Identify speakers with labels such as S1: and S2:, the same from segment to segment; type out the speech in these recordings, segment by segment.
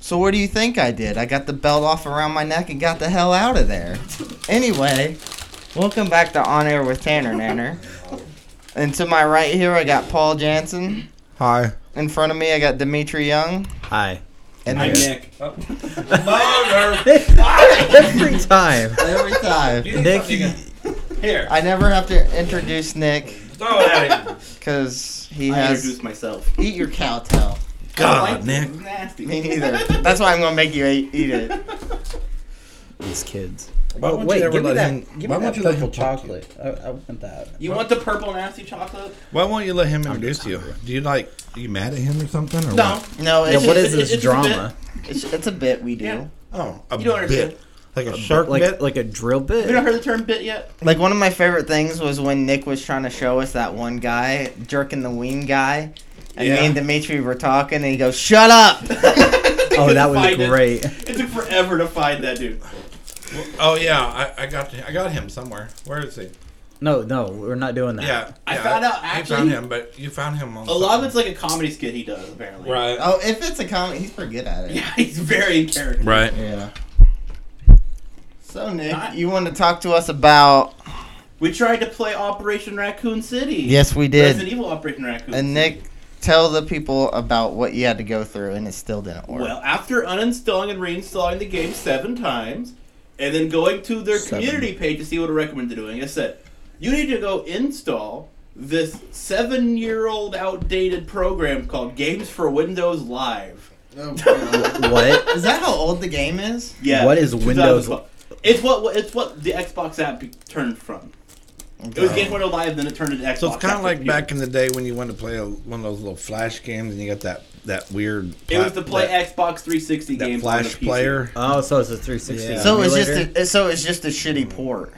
S1: So what do you think I did? I got the belt off around my neck and got the hell out of there. Anyway, welcome back to On Air with Tanner Nanner. And to my right here, I got Paul Jansen.
S2: Hi.
S1: In front of me, I got Dimitri Young.
S3: Hi.
S1: And
S4: I'm
S1: then
S4: Nick. Oh. Motor.
S3: Every time.
S1: every time,
S4: You
S3: Nick,
S4: need something to- Here.
S1: I never have to introduce Nick
S4: Throw it at him.
S1: because he
S5: I
S1: has
S5: introduced myself.
S1: eat your cowtail.
S3: God, Nick.
S5: Nick. Nasty.
S1: Me neither. That's why I'm gonna make you eat, eat it.
S3: These kids.
S2: Why
S6: Oh,
S2: won't
S6: wait,
S2: you ever
S6: give me
S2: let
S6: that,
S2: him?
S6: give
S2: why
S6: me that
S2: won't you let
S6: purple
S2: him talk to you?
S6: chocolate. I, I want that.
S5: You want the purple nasty chocolate?
S2: Why won't you let him introduce you? Do you like? Are you mad at him or something? Or
S5: No.
S2: What?
S1: No,
S3: Yeah,
S1: it's,
S3: what
S1: just-
S3: is this
S5: it's a
S3: drama?
S1: It's, it's a bit we do.
S5: Yeah.
S2: Oh, a
S5: You don't understand.
S2: bit. Like a shark
S3: like
S2: bit.
S3: like a drill
S5: Have you not
S3: bit?
S5: heard the term bit yet?
S1: Like one of my favorite things was when Nick was trying to show us that one guy jerking the ween guy, and
S5: Yeah.
S1: me and Dimitri were talking, and he goes, "Shut up!"
S3: Oh, that was
S5: Find it.
S3: great.
S5: It took forever to find that dude.
S2: oh yeah, I, I got I got him somewhere. Where is he?
S3: No, no, we're not doing that.
S2: Yeah,
S5: I
S2: yeah,
S5: found out,
S2: you
S5: actually-
S2: found him, but you found him on
S5: A lot of it's
S2: something.
S5: like a comedy skit he does, apparently.
S2: right,
S1: oh, if it's a comedy, he's pretty good at it.
S5: Yeah, he's very in character.
S2: right.
S1: Yeah. So Nick,
S5: I-
S1: you want to talk to us about?
S5: We tried to play Operation Raccoon City.
S1: Yes, we
S5: Resident
S1: did.
S5: Evil Operation Raccoon
S1: And
S5: City.
S1: Nick, tell the people about what you had to go through, and it still didn't work.
S5: Well, after uninstalling and reinstalling the game seven times, and then going to their community page to see what it recommended doing, it said, you need to go install this seven year old outdated program called Games for Windows Live.
S1: Oh,
S3: What?
S1: is that how old the game is?
S5: Yeah.
S3: What is
S5: 2012.
S3: Windows-
S5: It's what it's what the Xbox app be- turned from. It
S3: Oh.
S5: was Games for Windows Live, then it turned into Xbox.
S2: So it's kind
S5: app
S2: of
S5: for
S2: like
S5: computer.
S2: back in the day when you went to play a, one of those little flash games, and you got that that weird.
S5: It was to
S2: plat-
S5: play
S2: that,
S5: Xbox 360
S2: that
S5: games. on
S2: flash
S5: the PC.
S2: player.
S3: Oh, so it's a 360.
S2: Yeah.
S1: So it's just
S3: emulator?
S1: a, so it's just a shitty port.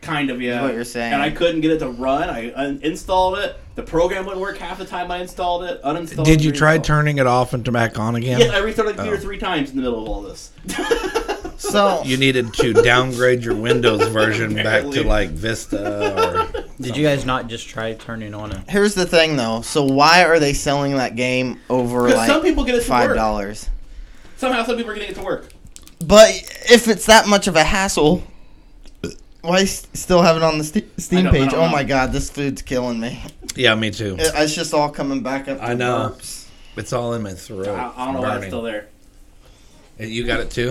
S5: Kind of, yeah.
S1: Is what you're saying.
S5: And I couldn't get it to run. I un- installed it. The program wouldn't work half the time I installed it. Uninstalled.
S2: Did you try
S5: reinstalled.
S2: turning it off and to back on again?
S5: Yeah, I restarted the computer
S2: Oh.
S5: three times in the middle of all this.
S1: So
S2: you needed to downgrade your Windows version back to
S5: Apparently.
S2: like Vista or
S3: Did you guys not just try turning on a
S1: Here's the thing, though. So why are they selling that game over
S5: 'Cause
S1: like
S5: some people get it to
S1: five
S5: work.
S1: dollars?
S5: Somehow, some people are getting it to work.
S1: But if it's that much of a hassle, why s- still have it on the Ste- Steam
S5: I don't- I
S1: page?
S5: don't
S1: Oh
S5: know.
S1: my god, this food's killing me.
S2: yeah, me too.
S1: It- It's just all coming back up.
S2: I
S1: the
S2: know.
S1: burps.
S2: It's all in my throat.
S5: I, I don't know why it's
S2: Oh, Burning.
S5: still there.
S2: And You got it too.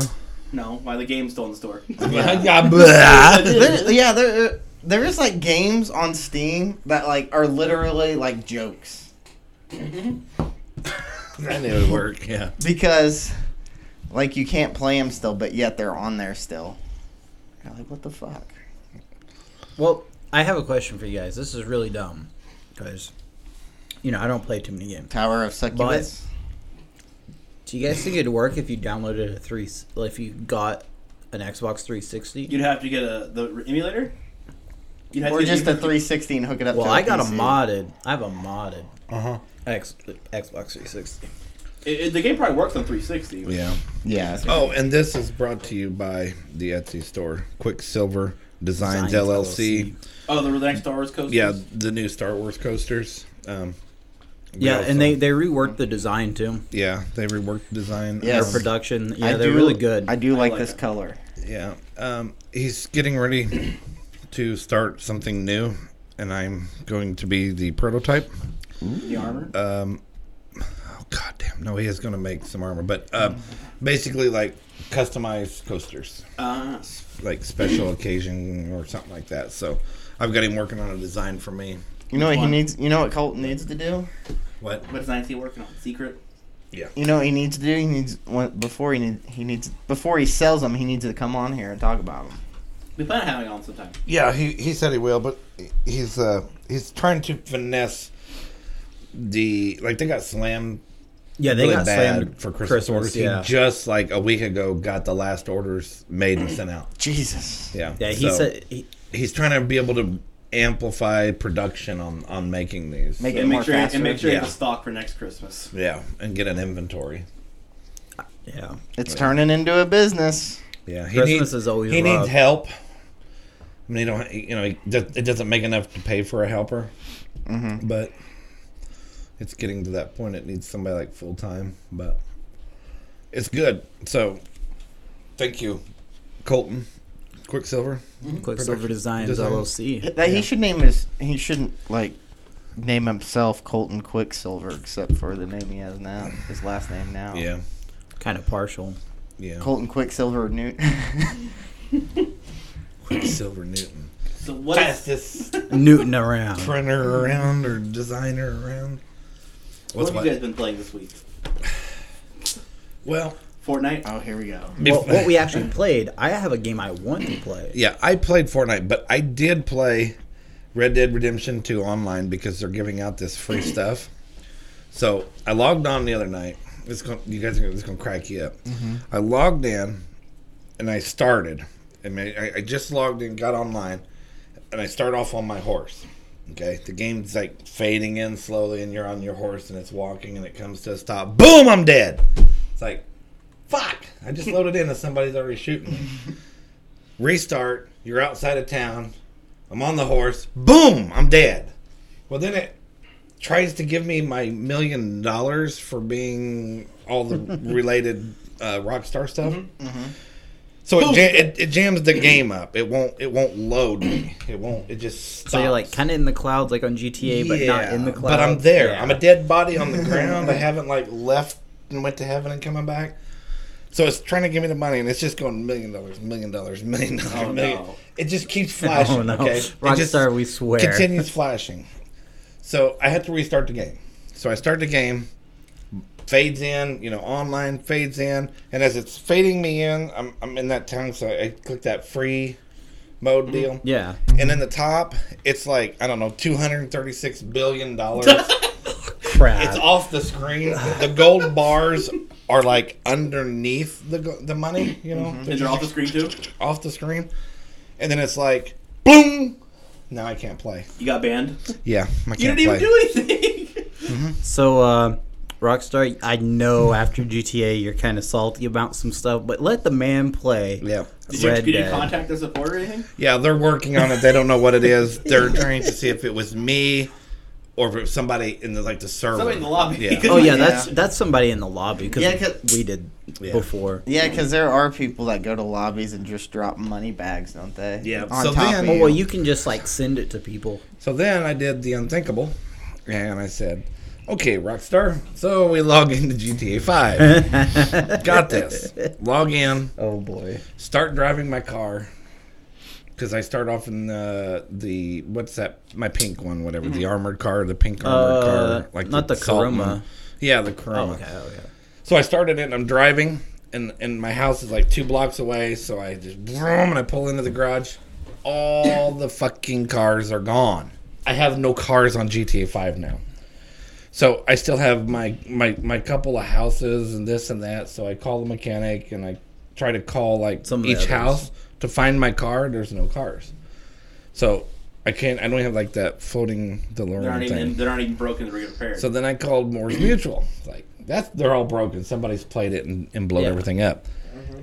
S5: No, why the game's still in the store.
S2: Yeah, blah.
S1: There- yeah, there uh, there is like games on Steam that like are literally like jokes
S2: I knew it would work. Yeah.
S1: because like you can't play them still, but yet they're on there still. You're like, what the fuck?
S3: Well, I have a question for you guys. This is really dumb cuz you know, I don't play too many games.
S1: Tower of Succubus.
S3: Do you guys think it'd work if you downloaded a 3 if you got an Xbox 360?
S5: You'd have to get a the emulator. You'd have
S1: Or
S5: to get
S1: just a 360 and hook it up
S3: well,
S1: to
S3: I got a
S1: PC.
S3: modded. I have a modded
S2: Uh
S5: Uh-huh.
S2: huh.
S3: X, Xbox 360.
S5: e-, It, it- the game probably works on 360.
S2: Yeah.
S1: Yeah.
S2: Oh, and this is brought to you by the Etsy store, Quicksilver Designs,
S3: Designs
S2: LLC.
S3: LLC.
S5: Oh, the, the next Star Wars coaster.
S2: Yeah, the new Star Wars coasters. Um, we
S3: Yeah,
S2: also-
S3: and they they reworked the design too.
S2: yeah they reworked the design.
S1: Yes.
S3: Their
S2: Um,
S3: production,
S1: I
S3: yeah, they're
S1: do-
S3: really good.
S1: I do like,
S5: like
S1: this
S5: it.
S1: color.
S2: yeah. Um, he's getting ready to start something new, and I'm going to be the prototype.
S5: The armor.
S2: um oh god damn no he is going to make some armor but um basically like customized coasters
S5: Uh,
S2: like special occasion or something like that so i've got him working on a design for me
S1: You know what he
S5: one?
S1: needs. You know what Colton needs to do.
S2: what
S5: what is INC working on? Secret.
S1: You know what he needs to do. He needs when- before he need, he needs before he sells them. He needs to come on here and talk about them.
S5: We plan on having it on sometime.
S2: yeah he he said he will but he's uh he's trying to finesse the like they got slammed
S3: yeah, they
S2: really
S3: got
S2: bad
S3: slammed
S2: for Christmas, orders.
S3: Yeah,
S2: He just like a week ago got the last orders made and sent out.
S1: Jesus.
S2: Yeah.
S3: yeah. He
S2: so-
S3: said he,
S2: he's trying to be able to amplify production on on making these.
S1: Make it
S5: And
S1: more
S5: make sure
S1: faster.
S5: and make sure you have
S2: Yeah.
S5: a stock for next Christmas.
S2: yeah, and get an inventory.
S3: yeah.
S1: It's turning into a business.
S2: Yeah, he
S3: Christmas
S2: needs,
S3: is always
S2: he
S3: rough.
S2: needs help. I mean, he don't you know he, does- it doesn't make enough to pay for a helper,
S1: Mm-hmm.
S2: but it's getting to that point. It needs somebody like full time, but It's good. So, thank you, Colton, Quicksilver.
S3: Quicksilver
S2: Mm-hmm. Production
S3: Designs
S2: Design.
S3: LLC.
S1: That he should name his. He shouldn't like name himself Colton Quicksilver, except for the name he has now, his last name now.
S2: Yeah,
S3: Kind of partial.
S2: yeah.
S1: Colton Quicksilver Newt.
S2: Quicksilver Newton.
S5: So what is,
S2: Fastest
S3: Newton around.
S2: printer around or designer around.
S5: what
S2: What's
S5: have
S2: what?
S5: you guys been playing this week?
S2: Well,
S5: Fortnite.
S2: Um,
S5: Oh, here we go.
S3: Well, what we actually played, I have a game I want to play.
S2: yeah, I played Fortnite, but I did play Red Dead Redemption 2 online because they're giving out this free stuff. So I logged on the other night. It's going you guys are it's gonna crack you up. I logged in and I started. I mean, I, I just logged in, got online, and I start off on my horse. Okay, the game's like fading in slowly, and you're on your horse, and it's walking, and it comes to a stop. Boom! I'm dead. It's like, fuck! I just loaded in, and somebody's already shooting me. Restart. You're outside of town. I'm on the horse. Boom! I'm dead. Well, then it tries to give me my million dollars for being all the related uh, Rockstar stuff. So it, jam- it, it jams the game up. It won't. It won't load me. It won't. It just stops.
S3: So you're like kind of in the clouds, like on GTA, but not
S2: Yeah,
S3: in the clouds.
S2: But I'm there.
S3: Yeah.
S2: I'm a dead body on the ground. I haven't like left and went to heaven and coming back. So it's trying to give me the money, and it's just going million dollars, million dollars, million dollars,
S5: Oh,
S2: million.
S5: no.
S2: It just keeps flashing.
S3: Oh, no.
S2: Okay, It just
S3: Rockstar, we swear.
S2: continues flashing. So I had to restart the game. So I start the game, fades in, you know, online fades in, and as it's fading me in, I'm I'm in that town, so I click that free mode
S3: Mm-hmm.
S2: deal.
S3: Yeah.
S2: And in the top, it's like I don't know, two hundred thirty-six billion dollars.
S3: Crap.
S2: it's off the screen. The gold bars are like underneath the go- the money. You know,
S5: And they're off the screen too.
S2: off the screen. And then it's like, boom. Now I can't play.
S5: You got banned.
S2: Yeah, I can't
S5: You didn't
S2: play.
S5: even do anything.
S3: So, uh, Rockstar, I know after GTA you're kind of salty about some stuff, but let the man play.
S2: Yeah,
S5: Did you,
S3: Red
S5: did you
S3: Dead.
S5: contact the support or anything?
S2: yeah, they're working on it. They don't know what it is. They're trying to see if it was me or if it was somebody in the like the server.
S5: Somebody in the lobby.
S2: Yeah.
S3: Oh yeah,
S1: Yeah.
S3: that's that's somebody in the lobby because
S1: Yeah, 'cause-
S3: we did
S2: Yeah.
S3: before.
S1: Yeah, because there are people that go to lobbies and just drop money bags, don't they?
S2: Yeah,
S1: On
S2: so
S1: top
S2: then-
S1: of
S3: Oh
S1: you.
S3: well, you can just like send it to people.
S2: So then I did the unthinkable, and I said, "Okay, Rockstar. So we log into GTA Five. Got this. Log in.
S3: Oh boy.
S2: Start driving my car." Because I start off in the the what's that my pink one whatever the armored car the pink armored
S3: Mm-hmm. Uh,
S2: car like
S3: not the
S2: salt
S3: Karuma.
S2: one. yeah the Karuma
S3: Oh, okay. Okay.
S2: So I started it and I'm driving and and my house is like two blocks away, so I just vroom, and I pull into the garage. All the fucking cars are gone. I have no cars on GTA five now. So I still have my, my my couple of houses and this and that. So I call the mechanic and I try to call like
S3: Some of the
S2: each
S3: others.
S2: house to find my car. There's no cars. So I can't I don't have like that floating
S5: They're
S2: DeLorean
S5: not
S2: thing.
S5: even. They're not even broken. They're repaired.
S2: So then I called Moore's Mutual. It's Like that's they're all broken. Somebody's played it and, and blown
S3: Yeah.
S2: everything up.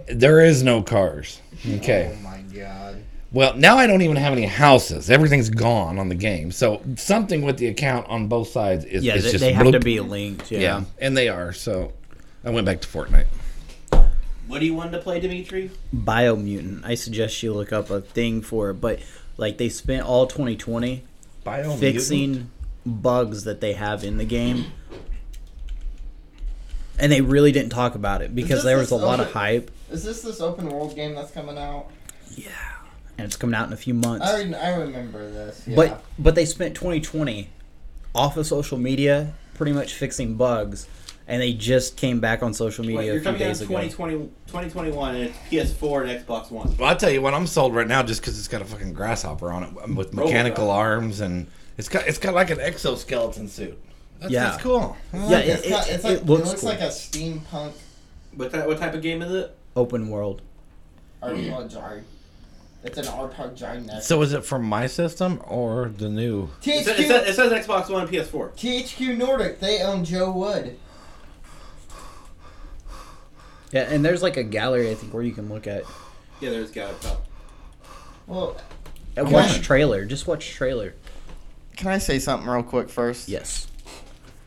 S2: There is no cars. Okay.
S1: Mm-hmm. Oh my god.
S2: Well, now I don't even have any houses. Everything's gone on the game. So something with the account on both sides is
S3: Yeah,
S2: is
S3: they,
S2: just
S3: they have to
S2: bloop.
S3: be linked. Yeah.
S2: Yeah. and they are. So I went back to Fortnite.
S5: what do you want to play, Dimitri?
S3: Biomutant. I suggest you look up a thing for it, but like they spent all 2020
S2: Bio
S3: fixing bugs that they have in the game. And they really didn't talk about it because
S1: this
S3: there was a
S1: this
S3: lot of
S1: open-
S3: hype,
S1: Is this this open world game that's coming out?
S3: and it's coming out in a few months.
S1: I re- I remember this. Yeah.
S3: But but they spent 2020 off of social media, pretty much fixing bugs, and they just came back on social
S5: Wait,
S3: media
S5: you're
S3: a few
S5: coming down
S3: days
S5: to
S3: ago.
S5: 2020, 2021 and it's PS4 and Xbox One.
S2: Well, I'll tell you what, I'm sold right now just because it's got a fucking grasshopper on it with mechanical
S5: Robot.
S2: arms and it's got it's got like an exoskeleton suit. That's,
S3: Yeah.
S2: that's cool. I
S3: Yeah,
S2: like
S3: it,
S1: It's got-
S3: it-
S1: it's
S3: it
S1: like-
S3: looks,
S1: it looks
S3: cool.
S1: like a steampunk.
S5: What, type what type of game is it?
S3: open world.
S1: RPG. It's an RPG next.
S2: So is it from my system or the new?
S5: It says, it, says, it says Xbox One and PS4.
S1: THQ Nordic, they own Joe Wood.
S3: Yeah, and there's like a gallery I think where you can look at.
S5: Yeah, there's Gallery Top.
S1: Well,
S3: uh,
S1: Okay.
S3: Watch trailer. Just watch trailer.
S1: can I say something real quick first?
S3: Yes.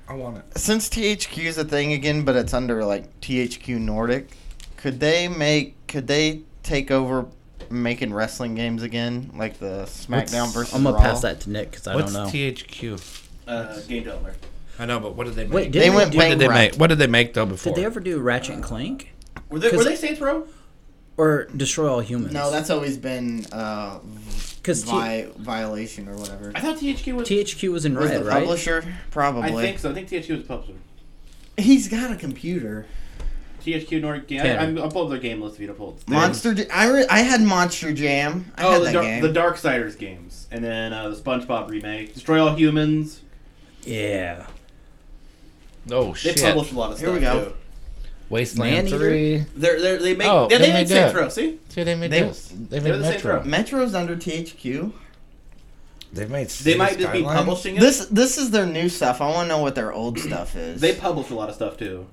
S2: I want it.
S1: since THQ is a thing again, but it's under like THQ Nordic, could they make could they take over making wrestling games again, like the SmackDown versus
S3: I'm gonna
S1: Raw?
S3: pass that to Nick because I
S2: What's
S3: don't know.
S2: THQ?
S5: Uh, game developer.
S2: I know, but what did they make?
S3: Wait, did
S1: They went
S3: do,
S2: what did they
S1: bankrupt.
S2: make? What did they make though before?
S3: Did they ever do Ratchet and Clank
S5: Were they, were
S3: Cause-
S5: they Saints Row?
S3: or Destroy All Humans?
S1: No, that's always been uh,
S3: because
S1: vi- violation or whatever.
S5: I thought THQ was.
S3: THQ was in
S1: Was
S3: red,
S1: the
S3: right?
S1: publisher
S5: I
S1: probably?
S5: think so. I think THQ was the publisher.
S1: He's got a computer.
S5: THQ Nordic Game. I,
S3: Tanner.
S5: I'm, I'll pull up their game list if you don't pull it.
S1: Monster. J- I re- I had Monster Jam. I
S5: Oh,
S1: had
S5: the,
S1: that
S5: Dar-
S1: game.
S5: the Darksiders games. And then uh, the SpongeBob remake. Destroy All Humans.
S3: Yeah.
S2: Oh
S5: They
S2: shit!
S5: published a lot of stuff.
S1: Here we go.
S5: Too.
S2: Wasteland
S3: Man Eater?
S2: Three.
S5: They're, they're, they make.
S2: Oh,
S5: yeah, they,
S2: they
S5: made
S2: made
S5: Saints
S2: that.
S5: Row, see?
S2: See, they made
S1: They-
S2: this. They
S5: they're
S2: made
S5: the Saints
S2: Metro.
S5: Row.
S1: Metro's under THQ.
S2: They've
S5: They
S2: made. City
S5: might just be
S2: Skylines?
S5: publishing it.
S1: This this is their new stuff. I want to know what their old stuff is.
S5: They publish a lot of stuff too.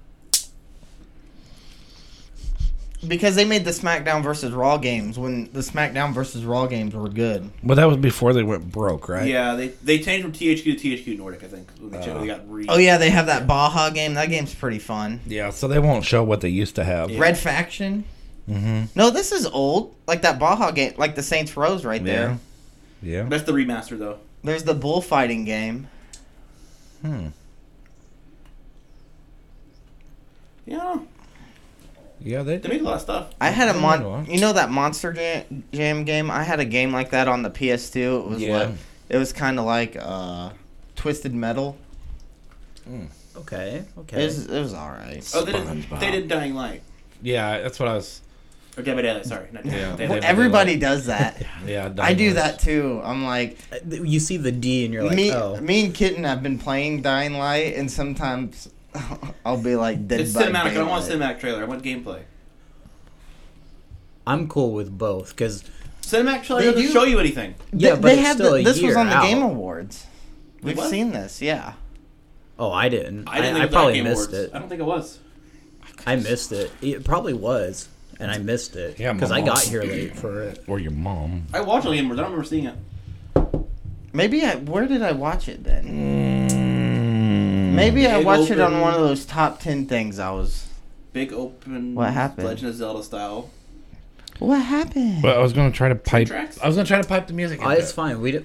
S1: Because they made the SmackDown versus Raw games when the SmackDown versus Raw games were good.
S2: Well, that was before they went broke, right?
S5: Yeah, they they changed from THQ to THQ Nordic, I think. When they, changed- when they got re-
S1: Oh yeah, they have that Baja game. That game's pretty fun.
S2: Yeah. So they won't show what they used to have.
S1: Red Faction.
S2: Mm-hmm.
S1: No, this is old. Like that Baja game, like the Saints Rose right there.
S2: Yeah.
S5: That's the remaster though.
S1: There's the bullfighting game.
S2: Hmm.
S5: Yeah,
S2: Yeah, they
S5: they make a lot of stuff.
S1: I had a
S2: I know
S1: mon.
S2: it.
S1: You know that Monster Jam, Jam game? I had a game like that on the PS2. It was
S2: Yeah.
S1: like it was kind of like uh, Twisted Metal.
S3: Okay.
S1: It
S3: Okay.
S1: was it was all right.
S5: Oh, they did.
S2: SpongeBob.
S5: They did Dying Light
S2: Yeah, that's what I was.
S5: or Dead by Daylight. Sorry, not Dead by
S2: Yeah.
S5: Daylight.
S2: Well,
S5: Daylight.
S1: Everybody does that.
S2: Yeah,
S1: I do
S2: Dynamite.
S1: that too. I'm like,
S3: Uh, you see the D and you're like,
S1: me,
S3: oh.
S1: me and Kitten have been playing Dying Light, and sometimes I'll be like, dead
S5: It's
S1: by
S5: cinematic. I don't want
S1: daylight.
S5: cinematic trailer. I want gameplay.
S3: I'm cool with both because
S5: Cinematic trailer
S1: They
S5: doesn't
S1: do-
S5: show you anything.
S3: yeah,
S1: Th-
S3: but it's
S1: had
S3: still
S1: the-
S3: a
S1: this
S3: year
S1: was on the
S3: out.
S1: Game Awards. We've
S5: was?
S1: seen this, yeah.
S3: Oh, I didn't. I,
S5: didn't
S3: I,
S5: think it was on
S3: probably
S5: Game
S3: missed
S5: Awards.
S3: it.
S5: I don't think it was.
S3: I missed it. It probably was, and I missed it.
S2: Yeah,
S3: because I
S2: mom.
S3: got here late for it.
S2: Or your mom.
S5: I watched all Game Awards. I don't remember seeing it.
S1: Maybe I. Where did I watch it then? Maybe I
S5: Mm. It
S1: watched it on
S5: opened-
S1: one of those top ten things. I was.
S5: Big open.
S1: What happened?
S5: Legend of Zelda style.
S1: What happened?
S2: But I was gonna try to pipe.
S5: tracks?
S2: I was gonna try to pipe the music.
S3: Oh,
S2: into
S3: it's
S2: it.
S3: fine. We d-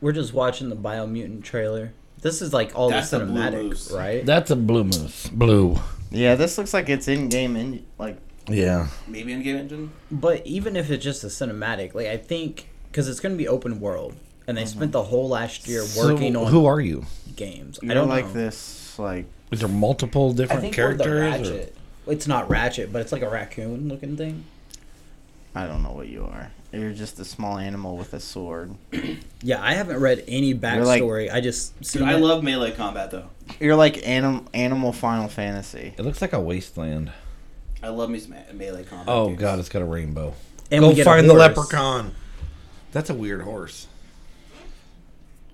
S3: we're just watching the Biomutant trailer. This is like all
S5: That's
S3: the
S5: a blue moose.
S3: cinematic, right?
S2: That's a blue moose. Blue.
S1: yeah, this looks like it's in game in like.
S2: Yeah.
S5: Maybe in Game Engine.
S3: But even if it's just a cinematic, like I think because it's going to be open world, and
S1: Mm-hmm.
S3: they spent the whole last year working on
S2: Who are you?
S3: games.
S1: You
S3: I don't
S1: like
S3: know.
S1: this like.
S2: Is there multiple
S3: I
S2: different
S3: think we're the
S2: characters? or-
S3: Ratchet. It's not Ratchet, but it's like a raccoon looking thing.
S1: I don't know what you are. You're just a small animal with a sword.
S3: Yeah, I haven't read any
S1: like-
S3: backstory. I just seen
S5: Dude, I
S3: it.
S5: love melee combat though.
S1: You're like anim- animal Final Fantasy.
S2: It looks like a wasteland.
S5: I love me some a- melee combat.
S2: Oh
S5: games.
S2: god, it's got a rainbow.
S3: and
S2: Go
S3: we get a
S2: find the
S3: horse.
S2: leprechaun. That's a weird horse.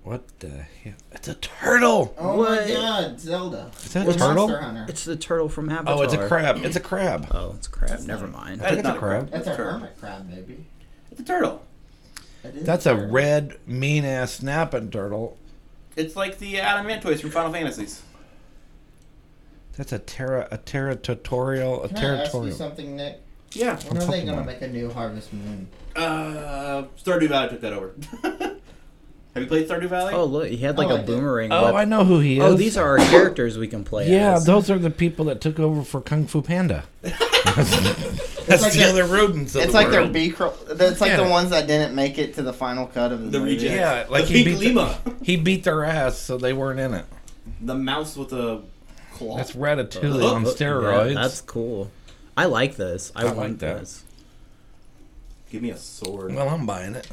S2: What the hell? It's a turtle.
S1: Oh
S3: What?
S1: god, Zelda.
S2: Is that a turtle?
S1: Hunter.
S3: It's the turtle from Avatar.
S2: Oh, it's a crab. It's a crab.
S3: Oh, it's a crab. Never mind.
S5: That is
S2: That's
S5: not
S2: a
S5: a
S2: crab.
S5: crab. That's a turtle.
S1: crab, baby.
S5: It's a turtle.
S2: That's a red, mean ass snapping turtle.
S5: It's like the Adamantoids from Final Fantasies.
S2: That's a terra a territorial a territorial.
S1: something, Nick?
S5: Yeah.
S1: When
S2: are they gonna Pokemon.
S1: make a new Harvest Moon?
S5: Uh, Stardew Valley took that over. Have you played Stardew Valley?
S3: Oh, look, he had like
S1: I
S3: a
S1: like it.
S3: boomerang.
S2: Oh,
S3: weapon.
S2: I know who he is.
S3: Oh, these are our characters we can play.
S2: Yeah,
S3: as.
S2: those are the people that took over for Kung Fu Panda. That's
S1: like
S2: the
S1: their-
S2: other rodents. Of
S1: It's
S2: the
S1: like their
S2: world.
S1: B cro That's like
S2: Yeah.
S1: the ones that didn't make it to the final cut of the,
S5: The
S1: movie.
S5: reject.
S2: Yeah, like
S5: The
S2: he
S5: pink
S2: beat the-
S5: lima.
S2: he beat their ass, so they weren't in it.
S5: The mouse with the claw.
S2: That's Ratatouille on
S5: Yeah,
S2: steroids.
S3: uh, Yeah, that's cool. I like this. I,
S2: like
S3: want
S2: that.
S3: this.
S5: Give me a sword.
S2: well, I'm buying it.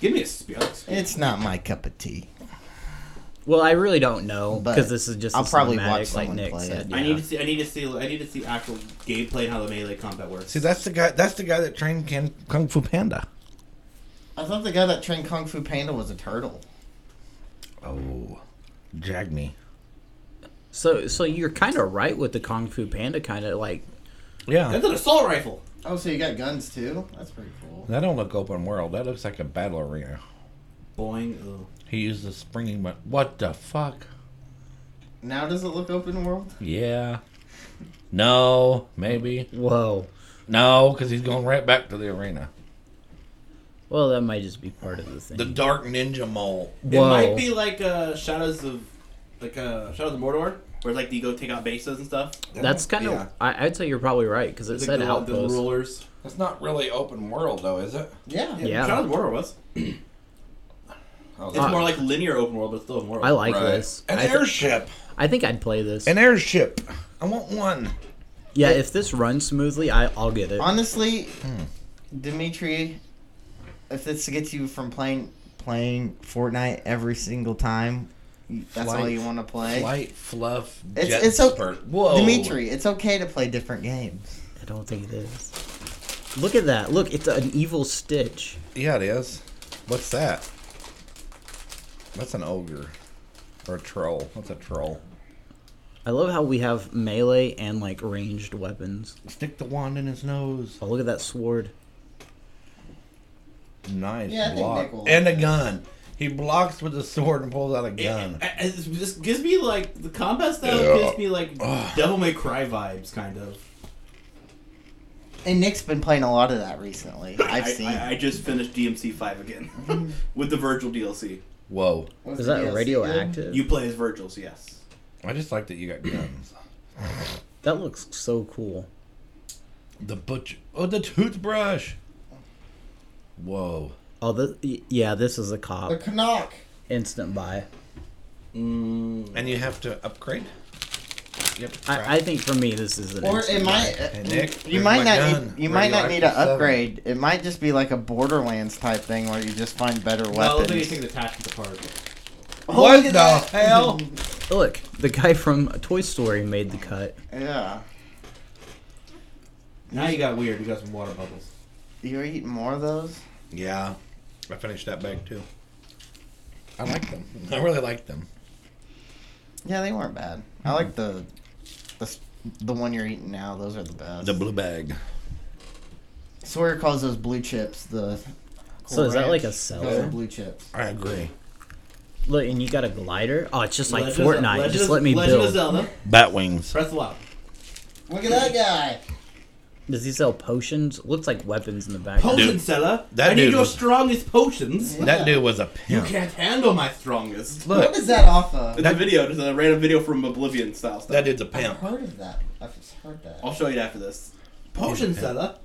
S5: Give me a spear.
S1: It's not my cup of tea.
S3: Well, I really don't know
S1: But
S3: because this is just.
S1: I'll
S3: a
S1: probably
S3: cinematic,
S1: watch
S3: like
S1: someone
S3: Nick
S1: play
S3: said.
S1: it.
S5: I
S3: yeah.
S5: need to see. I need to see. I need to see actual gameplay and how the melee combat works.
S2: See, that's the guy. That's the guy that trained Ken, Kung Fu Panda.
S1: I thought the guy that trained Kung Fu Panda was a turtle.
S2: Oh, jag me.
S3: So, so you're kind of right with the Kung Fu Panda kind of like.
S2: Yeah,
S5: Ah. That's an assault rifle.
S1: Oh, so you got guns too? That's pretty cool.
S2: that don't look open world. That looks like a battle arena.
S5: Boing. Ooh.
S1: oh.
S2: He used the springing. bu- What the fuck?
S1: Now does it look open world?
S2: Yeah. No, maybe.
S3: Whoa.
S2: No, because he's going right back to the arena.
S3: Well, that might just be part of the thing.
S2: The Dark Ninja Mole.
S5: It
S3: Whoa.
S5: might be like uh, Shadows of, like uh, Shadows of Mordor, where like you go take out bases and stuff.
S3: That's kind of.
S2: Yeah.
S3: I, I'd say you're probably right because it
S5: Like
S3: said
S5: the, the
S3: outpost.
S5: rulers.
S2: That's not really open world, though, is it?
S1: Yeah.
S3: Yeah.
S5: Shadows of Mordor was.
S2: Oh,
S5: It's more like linear open world, but still open world.
S3: I like
S2: right.
S3: this.
S2: An
S3: I, thi-
S2: airship.
S3: I think I'd play this.
S2: An airship. I want one.
S3: yeah, if this runs smoothly, I, I'll get it.
S1: Honestly, Dimitri, if this gets you from playing playing Fortnite every single time, you- that's all
S2: Flight.
S1: you want to play.
S2: Light fluff.
S1: It's-
S2: jet
S1: it's o-
S2: spurt. Whoa.
S1: Dimitri, it's okay to play different games.
S3: I don't think it is. Look at that. Look, it's an evil stitch.
S2: Yeah, it is. What's that? That's an ogre. Or a troll. That's a troll.
S3: I love how we have melee and like ranged weapons.
S2: Stick the wand in his nose.
S3: Oh, look at that sword.
S2: Nice
S1: Yeah, I think
S2: block.
S1: Nick will like
S2: and a
S1: that.
S2: gun. He blocks with a sword and pulls out a gun.
S5: It, it, it just gives me like the combat style
S2: Yeah.
S5: gives me like Devil May Cry vibes, kind of.
S1: And Nick's been playing a lot of that recently. I've
S5: I-
S1: seen.
S5: I, I just finished DMC five again with the Virgil DLC.
S2: Whoa.
S1: What's
S3: Is
S1: the
S3: that
S1: DLC?
S3: radioactive?
S5: You play as Virgil, so yes.
S2: I just like that you got guns.
S3: That looks so cool.
S2: the butcher. Oh, the toothbrush. Whoa.
S3: Oh, the, y- yeah, this is a
S1: The
S3: cop.
S1: Canuck.
S3: Instant buy.
S2: And you have to upgrade? Yep.
S3: I, I think for me, this is an
S1: Or
S3: instant
S1: it
S3: buy.
S1: might.
S2: Hey, Nick,
S1: you
S2: where's
S1: might
S2: my
S1: not.
S2: gun?
S1: Need, you might not need an
S2: Radioactive seven.
S1: upgrade. It might just be like a Borderlands type thing where you just find better weapons.
S5: Oh, the tactical part.
S1: Oh,
S2: What
S1: look at
S2: the
S1: that.
S2: hell?
S3: Look, the guy from Toy Story made the cut.
S1: yeah.
S5: Now you got weird. You got some water bubbles.
S1: You're eating more of those.
S2: Yeah. I finished that bag too. I like them. I really like them.
S1: Yeah, they weren't bad. I like the, the s- the one you're eating now. Those are the best.
S2: The blue bag.
S1: Sawyer calls those blue chips the.
S3: So is that like a
S1: Those are
S3: seller?
S1: blue chips.
S2: I agree.
S3: Look, and you got a glider. Oh, it's just like
S5: Legend of-
S3: Fortnite.
S5: Legend
S3: just
S5: of-
S3: let me
S5: Legend of
S3: build.
S5: Zelda.
S2: Bat wings.
S5: Press lock.
S1: Look at that guy.
S3: Does he sell potions? Looks like weapons in the back.
S5: Potion
S2: Dude,
S5: seller.
S2: that
S5: I need
S2: dude
S5: your
S2: was-
S5: strongest potions.
S2: That dude was a
S5: You
S2: pimp.
S5: can't handle my strongest.
S2: Look,
S1: What is that off of?
S5: It's a video, just a random video from Oblivion style stuff.
S2: that dude's a
S1: I've
S2: pimp.
S1: heard of that. I've just heard that.
S5: I'll show you after this. Potion seller.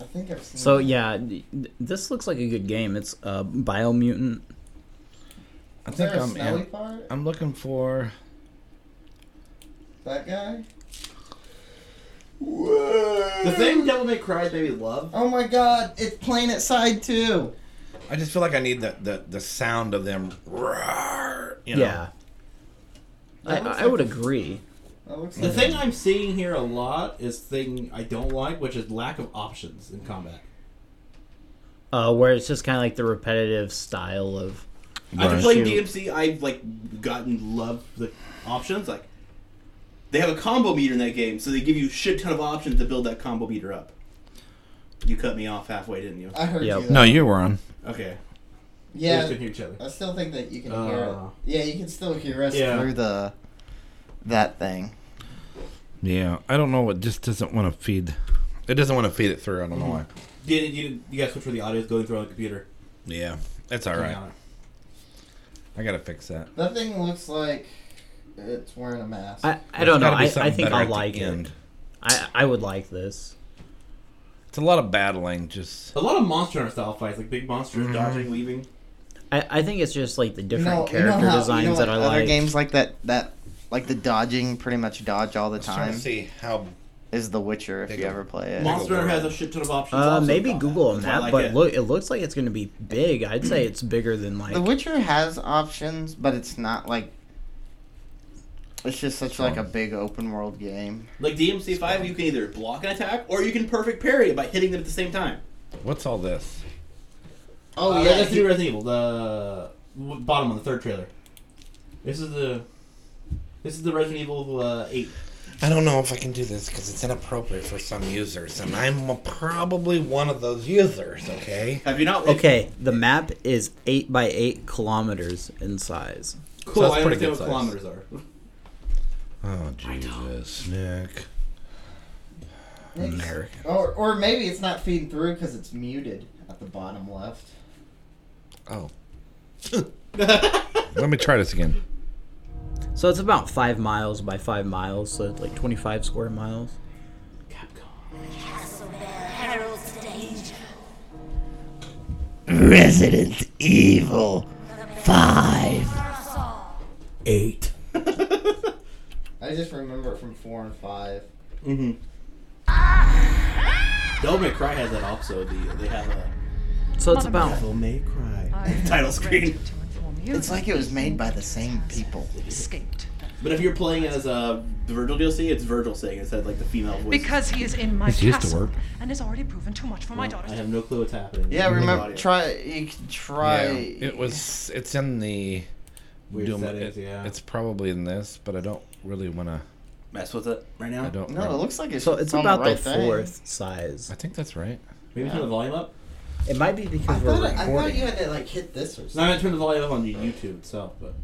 S1: I think I've seen.
S3: So
S1: that.
S3: yeah, th- this looks like a good game. It's uh, Biomutant.
S2: I
S1: Is there a smelly part?
S2: I'm looking for.
S1: That guy.
S5: The thing Devil May Cry made me love.
S1: Oh my God! It's playing at side two.
S2: I just feel like I need the the, the sound of them. Roar, you know?
S3: Yeah, I,
S1: That looks
S3: I
S1: like
S3: would
S1: a-
S3: agree.
S1: That looks
S5: The
S1: like
S5: thing I'm seeing here a lot is thing I don't like, which is lack of options in combat.
S3: Uh, where it's just kind of like the repetitive style of
S5: I've been
S2: Right.
S5: playing
S3: Shoot.
S5: DMC. I've like gotten love the options. Like they have a combo meter in that game, so they give you shit ton of options to build that combo meter up. You cut me off halfway, didn't you?
S1: I heard
S3: Yep.
S1: you.
S2: No,
S1: though.
S2: you were on.
S5: Okay. We just
S1: Yeah.
S5: couldn't hear each other.
S1: I still think that you can
S5: Uh.
S1: hear it. Yeah, you can still hear us
S5: Yeah.
S1: through the that thing.
S2: Yeah, I don't know. what just doesn't want to feed. It doesn't want to feed it through. I
S1: Mm-hmm.
S2: don't know why.
S5: You, didn't- you, didn't- you guys switch where the audio is going through on the computer.
S2: Yeah, it's all
S5: Hang
S2: right.
S5: on.
S2: I gotta fix that.
S1: That thing looks like it's wearing a mask.
S3: I, I
S2: There's
S3: don't know.
S2: gotta be
S3: I, I
S2: something
S3: think
S2: better
S3: I'll
S2: at the
S3: like it.
S2: end.
S3: I I would like this.
S2: It's a lot of battling. Just
S5: A lot of monster hunter style fights, like big monsters
S3: Mm-hmm.
S5: dodging, leaving.
S3: I, I think it's just like the
S1: You
S3: different
S1: know- you know
S3: character
S1: how- you
S3: designs
S1: know,
S3: that
S1: like
S3: I
S1: other
S3: like.
S1: games like that that like the dodging pretty much dodge all the
S2: I'm trying
S1: time
S2: to see how.
S1: is The Witcher if
S2: Big
S1: you
S2: ol-
S1: ever play it.
S5: Monster Hunter has a shit ton of options.
S3: Uh,
S5: also in
S3: maybe
S5: combat.
S3: Google a
S5: That's why I
S3: map,
S5: like
S3: but
S5: it.
S3: look, it looks like it's going to be big. I'd say it's bigger than like.
S1: The Witcher has options, but it's not like it's just such like a big open world game.
S5: Like DMC five, you can either block an attack or you can perfect parry it by hitting them at the same time.
S2: What's all this?
S1: Oh
S5: uh,
S1: yeah,
S5: that's the
S1: he-
S5: new Resident Evil. The w- bottom one, the third trailer. This is the this is the Resident Evil uh, eight.
S2: I don't know if I can do this because it's inappropriate for some users, and I'm probably one of those users. Okay.
S5: Have you not?
S3: Okay, the map is eight by eight kilometers in size.
S5: Cool.
S2: that's
S5: I
S2: pretty
S5: understand
S2: good
S5: what
S2: size.
S5: kilometers are.
S2: Oh Jesus, Nick. American.
S1: Or, or maybe it's not feeding through because it's muted at the bottom left.
S2: Oh. Let me try this again.
S3: So it's about five miles by five miles, so it's like 25 square miles.
S6: Castle Bell heralds the danger.
S1: Resident Evil 5.
S6: For us all.
S3: Eight.
S1: I just remember it from 4 and 5.
S5: Mm-hmm. Devil May Cry has that also. The they have uh, a
S3: So it's about
S5: May Cry
S7: Title screen. To inform you
S1: It's like it was made by the same people.
S7: escaped
S5: But if you're playing as uh, the Virgil DLC, it's Virgil saying instead of like the female voice.
S7: because he is in my
S2: It's used to
S7: castle
S2: work.
S7: and has already proven too much for my
S5: I
S7: daughters.
S5: have no clue what's happening.
S1: Yeah, remember,
S5: Audio.
S1: try, you can try.
S2: Yeah, it was. It's in the.
S5: Weird
S2: Doom-
S5: settings,
S2: it-
S5: yeah.
S2: It's probably in this, but I don't really want to.
S5: mess with it right now.
S2: I don't.
S1: No, it
S2: really-
S1: looks like it's
S3: so it's
S1: on
S3: about
S1: the,
S3: the,
S1: right thing.
S3: fourth size.
S2: I think that's right.
S5: Maybe turn the volume up.
S3: It might be because
S1: I
S3: we're
S1: thought, I thought
S3: recording.
S1: you had to like hit this or
S5: No,
S1: something.
S5: I'm gonna turn the volume up on your YouTube itself. But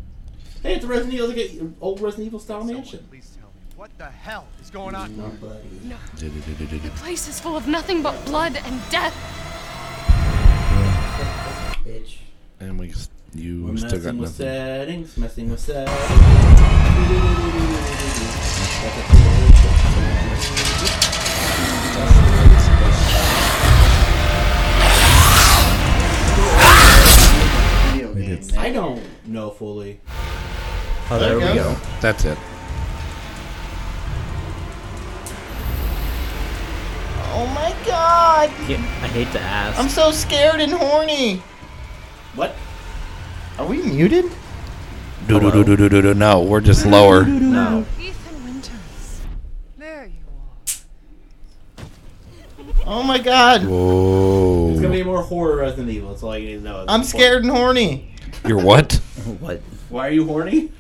S5: hey, it's a Resident Evil, it's like a old Resident Evil style mansion.
S8: Please tell me what the hell is going on.
S7: The place is full of nothing but blood and death.
S1: Bitch.
S2: And we s- you
S5: We're
S2: still got
S5: messing with
S2: nothing.
S5: settings, messing with settings.
S1: Video game.
S5: I don't know fully.
S3: Oh, there we
S1: Okay.
S3: go.
S2: That's it.
S1: Oh my god!
S3: Yeah, I hate to ask.
S1: I'm so scared and horny!
S5: What?
S1: Are we muted?
S2: Do do do do do do do. No, we're just lower.
S3: no.
S7: Ethan Winters. There you are.
S1: Oh my god!
S5: It's gonna
S2: Whoa.
S5: be more horror Resident Evil. That's all you need to know.
S1: I'm scared and horny
S2: You're what?
S3: What?
S5: Why are you horny?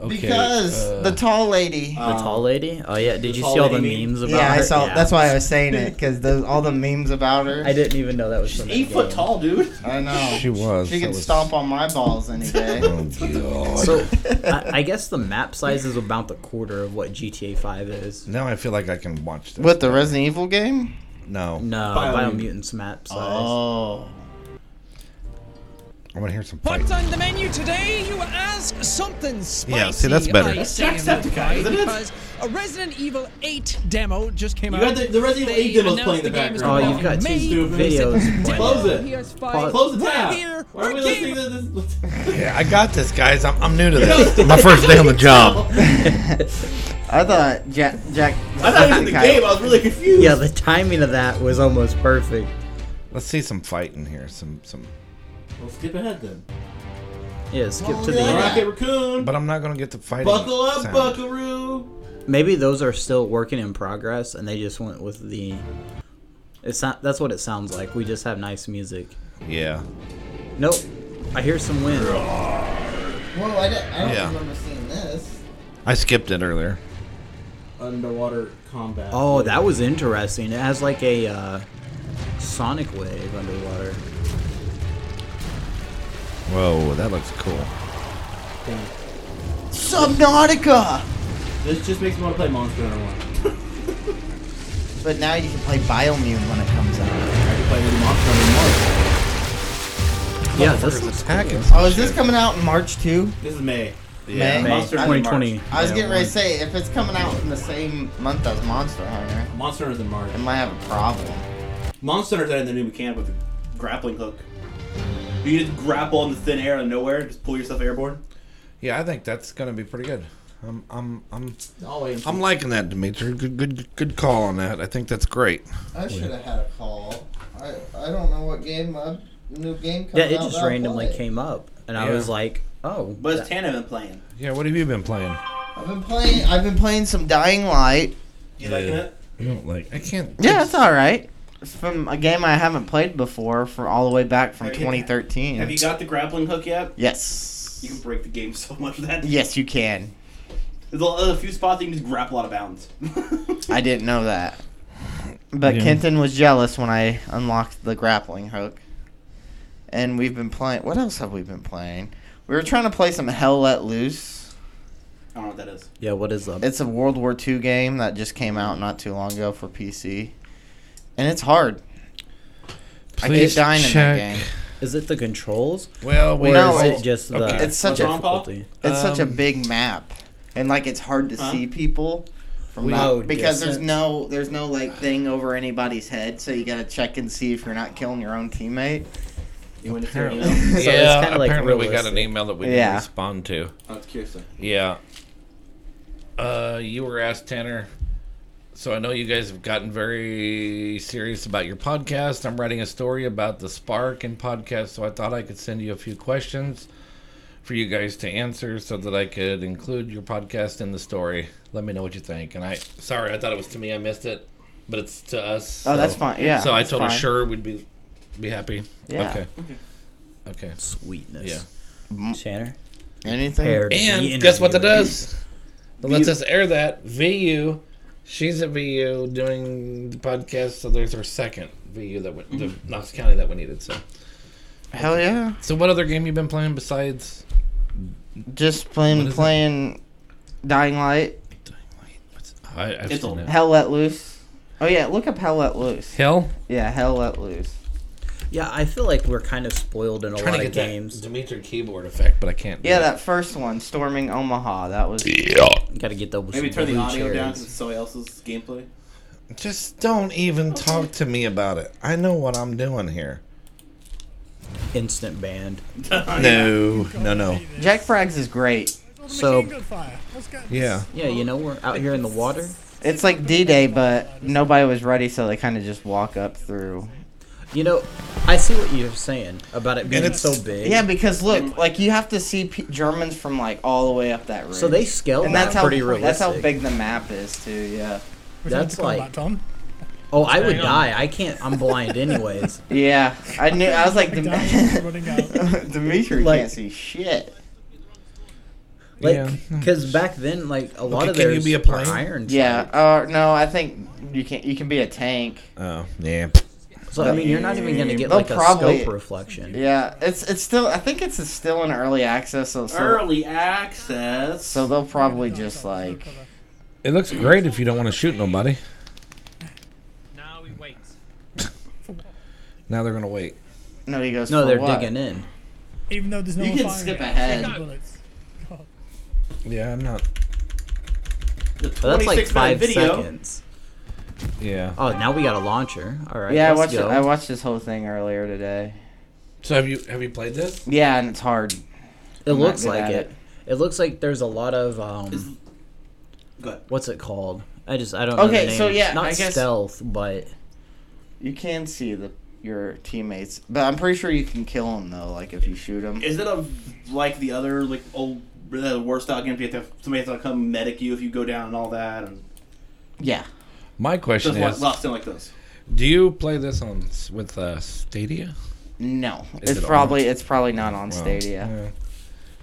S2: Okay,
S1: because
S2: uh,
S1: the tall lady.
S3: The tall lady? Oh yeah. Did you
S5: tall
S3: see all the
S5: lady meme?
S3: memes about
S1: yeah, I
S3: her?
S1: saw. That's why I was saying it because all the memes about her.
S3: I didn't even know that was from that
S5: Eight foot
S3: game.
S5: tall, dude.
S1: I know.
S2: she was.
S1: She
S2: that
S1: can
S2: was-
S1: stomp on my balls any day.
S2: Oh god.
S3: So I, I guess the map size is about the quarter of what GTA 5 is.
S2: now I feel like I can watch this.
S1: What the Resident Evil game?
S2: No,
S3: No,
S5: Biomutant.
S3: Biomutant's map size.
S1: Oh.
S2: I want to hear some
S9: What's
S2: fights.
S9: on the menu today? You ask something spicy.
S2: Yeah, see, that's better.
S9: I
S2: That's
S9: say in that
S5: Jacksepticeye,
S9: fight
S5: isn't it?
S9: Because a Resident Evil 8 demo just came
S5: You
S9: out.
S5: got the, the Resident Evil 8 demo's
S9: announced
S5: playing in the
S9: game is
S3: Oh,
S5: background.
S3: you've
S9: coming out
S3: got
S9: in
S3: two
S9: May.
S3: videos. playing.
S5: Close it.
S9: PS5.
S5: Close the
S9: We're
S5: tab.
S9: here.
S5: Why are we
S9: We're game.
S5: listening to this?
S2: Yeah, I got this, guys. I'm, I'm new to this. My first day on the job.
S1: I thought Jack. Jack
S5: I thought it was in the game. I was really confused.
S3: Yeah, the timing of that was almost perfect.
S2: Let's see some fighting here. Some some.
S5: Well, skip ahead then.
S3: Yeah, skip to the end.
S5: Rocket Raccoon.
S2: But I'm not gonna get the fighting.
S5: Buckle up,
S2: sound.
S5: Buckaroo.
S3: Maybe those are still working in progress, and they just went with the. It's not. That's what it sounds like. We just have nice music.
S2: Yeah.
S3: Nope. I hear some wind.
S1: Whoa! I, didn't, I don't
S2: Yeah.
S1: remember seeing this.
S2: I skipped it earlier.
S5: Underwater combat.
S3: Oh, that was interesting. It has like a uh, sonic wave underwater.
S2: Whoa, that looks cool.
S1: Subnautica.
S5: This just makes me want to play Monster Hunter 1.
S1: But now you can play Biomune when it comes out.
S5: I can play with Monster Hunter
S3: Yeah, this
S2: Fuckers
S3: looks
S2: attacking.
S1: Oh, is this coming out in March too?
S5: 1. This is May.
S1: May.
S3: May
S5: Monster Hunter
S3: 2020.
S5: March.
S1: I was
S3: Yeah,
S1: getting ready to
S3: one.
S1: say if it's coming out in the same month as Monster Hunter,
S5: Monster Hunter's in March.
S1: I might have a problem.
S5: Monster Hunter's adding the new mechanic with the grappling hook. You just grapple in the thin air out of nowhere, just pull yourself airborne.
S2: Yeah, I think that's gonna be pretty good. I'm I'm I'm
S5: Oh, wait.
S2: I'm liking that, Dimitri. Good good good call on that. I think that's great.
S1: I should have had a call. I I don't know what game uh, new game
S3: Yeah, it just randomly came up, and I
S2: Yeah.
S3: was like, "Oh,
S5: But it's
S3: that-
S5: Tana been playing.
S2: Yeah, what have you been playing?
S1: I've been playing. I've been playing some Dying Light.
S5: You liking it?
S2: I don't like. I can't.
S1: Yeah, it's all right. It's from a game I haven't played before, for all the way back from
S5: Have you-
S1: 2013.
S5: Have you got the grappling hook yet?
S1: yes.
S5: You can break the game so much with that.
S1: Yes, you can.
S5: There's a, there's a few spots that you can just grapple out of bounds.
S1: I didn't know that. But
S2: Yeah.
S1: Kenton was jealous when I unlocked the grappling hook. And we've been playing. What else have we been playing? We were trying to play some Hell Let Loose.
S5: I don't know what that is.
S3: Yeah, what is up?
S1: It's a World War II game that just came out not too long ago for PC, and it's hard. I keep
S2: Please
S1: dying
S2: check.
S1: in that game.
S3: Is it the controls?
S2: Well,
S3: Or
S2: we
S1: No,
S3: is
S1: it's-
S3: it just the
S2: okay.
S1: It's such
S5: What's wrong,
S1: a
S5: Paul?
S3: difficulty?
S1: it's such a
S2: Um,
S1: big map, and like it's hard to
S5: Huh?
S1: see people from
S3: We-
S1: not-
S3: Oh,
S1: because there's
S3: distance.
S1: no there's no like thing over anybody's head, so you gotta check and see if you're not killing your own teammate.
S5: You went to turn it
S3: So
S5: out?
S3: it's
S4: yeah,
S3: kinda, like,
S4: apparently we got an
S3: realistic.
S4: email that we
S1: Yeah.
S4: didn't respond to.
S5: I was curious. though.
S4: Yeah. Uh, you were asked, Tanner. So I know you guys have gotten very serious about your podcast. I'm writing a story about the spark in podcast, so I thought I could send you a few questions for you guys to answer, so that I could include your podcast in the story. Let me know what you think. And I, sorry, I thought it was to me. I missed it, but it's to us.
S1: Oh,
S4: so-
S1: that's fine. Yeah.
S4: so I
S1: that's
S4: told her
S1: fine.
S4: sure we'd be be happy.
S1: Yeah.
S4: Okay. Okay.
S3: Sweetness.
S1: Yeah.
S3: Tanner.
S1: anything.
S3: Paired the
S4: And guess what that
S3: interviewer.
S4: does? It lets us air that VU. She's at VU doing the podcast, so there's our second VU that went the Knox County that we needed. So,
S1: Hell yeah!
S4: so what other game you been playing besides?
S1: Just
S4: What
S1: playing
S4: is it?
S1: playing Dying Light.
S4: I, I've
S5: It's
S4: seen
S5: old.
S4: that.
S1: Hell Let Loose. Oh yeah, look up Hell Let Loose.
S4: Hell.
S1: Yeah, Hell Let Loose.
S3: Yeah, I feel like we're kind of spoiled in a
S4: trying
S3: lot
S4: to
S3: of
S4: get games.
S3: games.
S4: that Dimitri keyboard effect, but I can't. do
S1: Yeah,
S4: it.
S1: that first one, Storming Omaha. That was
S3: Got to get double.
S5: Maybe turn the
S3: blue
S5: audio down
S3: cherries.
S5: because it's somebody else's gameplay.
S2: just don't even talk to me about it. I know what I'm doing here.
S3: Instant band.
S2: No, no, no.
S1: Jack Frags is great.
S3: So
S2: Yeah.
S3: yeah, you know we're out here in the water.
S1: It's like D Day, but nobody was ready, so they kind of just walk up through.
S3: You know, I see what you're saying about it being
S2: it's-
S3: so big.
S1: Yeah, because look, like you have to see P- Germans from like all the way up that ridge.
S3: So they scaled
S1: and
S3: that
S1: that's how
S3: pretty
S1: that's
S3: realistic.
S1: how big the map is too. Yeah,
S3: That's like. Oh, I would
S4: Hang on.
S3: die. I can't. I'm blind anyways.
S1: yeah. I knew. I was like, Dim- Dimitri
S3: Like-
S1: can't see shit.
S3: Like,
S2: Yeah.
S3: because back then, like a lot
S2: Okay,
S3: of
S2: can you
S3: theirs
S2: be a
S3: were
S2: plane?
S3: iron.
S1: Yeah. Uh, no, I think you can. You can be a tank.
S2: Oh, yeah.
S3: So I mean, you're not even gonna get
S1: They'll
S3: like a
S1: probably-
S3: scope reflection.
S1: Yeah, it's it's still. I think it's still in early access. So, so,
S5: Early access.
S1: so they'll probably just like.
S2: It looks great if you don't want to shoot nobody.
S10: Now we wait.
S2: Now they're gonna wait.
S1: No, he goes.
S3: No,
S1: "For
S3: they're
S1: what?"
S3: digging in.
S10: Even though there's no
S1: You
S10: one
S1: can
S10: firing
S1: skip
S10: at
S1: ahead.
S10: us. bullets.
S2: Yeah, I'm not.
S5: the
S3: But that's
S5: 26 minute
S3: like five
S5: video.
S3: seconds.
S2: Yeah.
S3: Oh, now we got a launcher. All right.
S1: Yeah, I watched.
S3: let's go.
S1: I watched this whole thing earlier today.
S2: So have you have you played this?
S1: Yeah, and it's hard.
S3: It
S1: I'm not
S3: looks
S1: good
S3: like
S1: at
S3: it.
S1: it.
S3: It looks like there's a lot of um.
S5: Go ahead.
S3: What's it called? I just I don't know.
S1: Okay,
S3: the name.
S1: so yeah,
S3: not
S1: I guess-
S3: stealth, but
S1: You can see the your teammates, but I'm pretty sure you can kill them though. Like if you shoot them.
S5: Is it a like the other like old the worst style games? You have to have, somebody has to come medic you if you go down and all that, and
S1: Yeah.
S2: My question
S5: just like
S2: is,
S5: lost in like this.
S2: do you play this on s- with uh, Stadia?
S1: No,
S2: Is
S1: it's
S2: it on?
S1: probably it's probably not on
S2: Well,
S1: Stadia.
S2: yeah.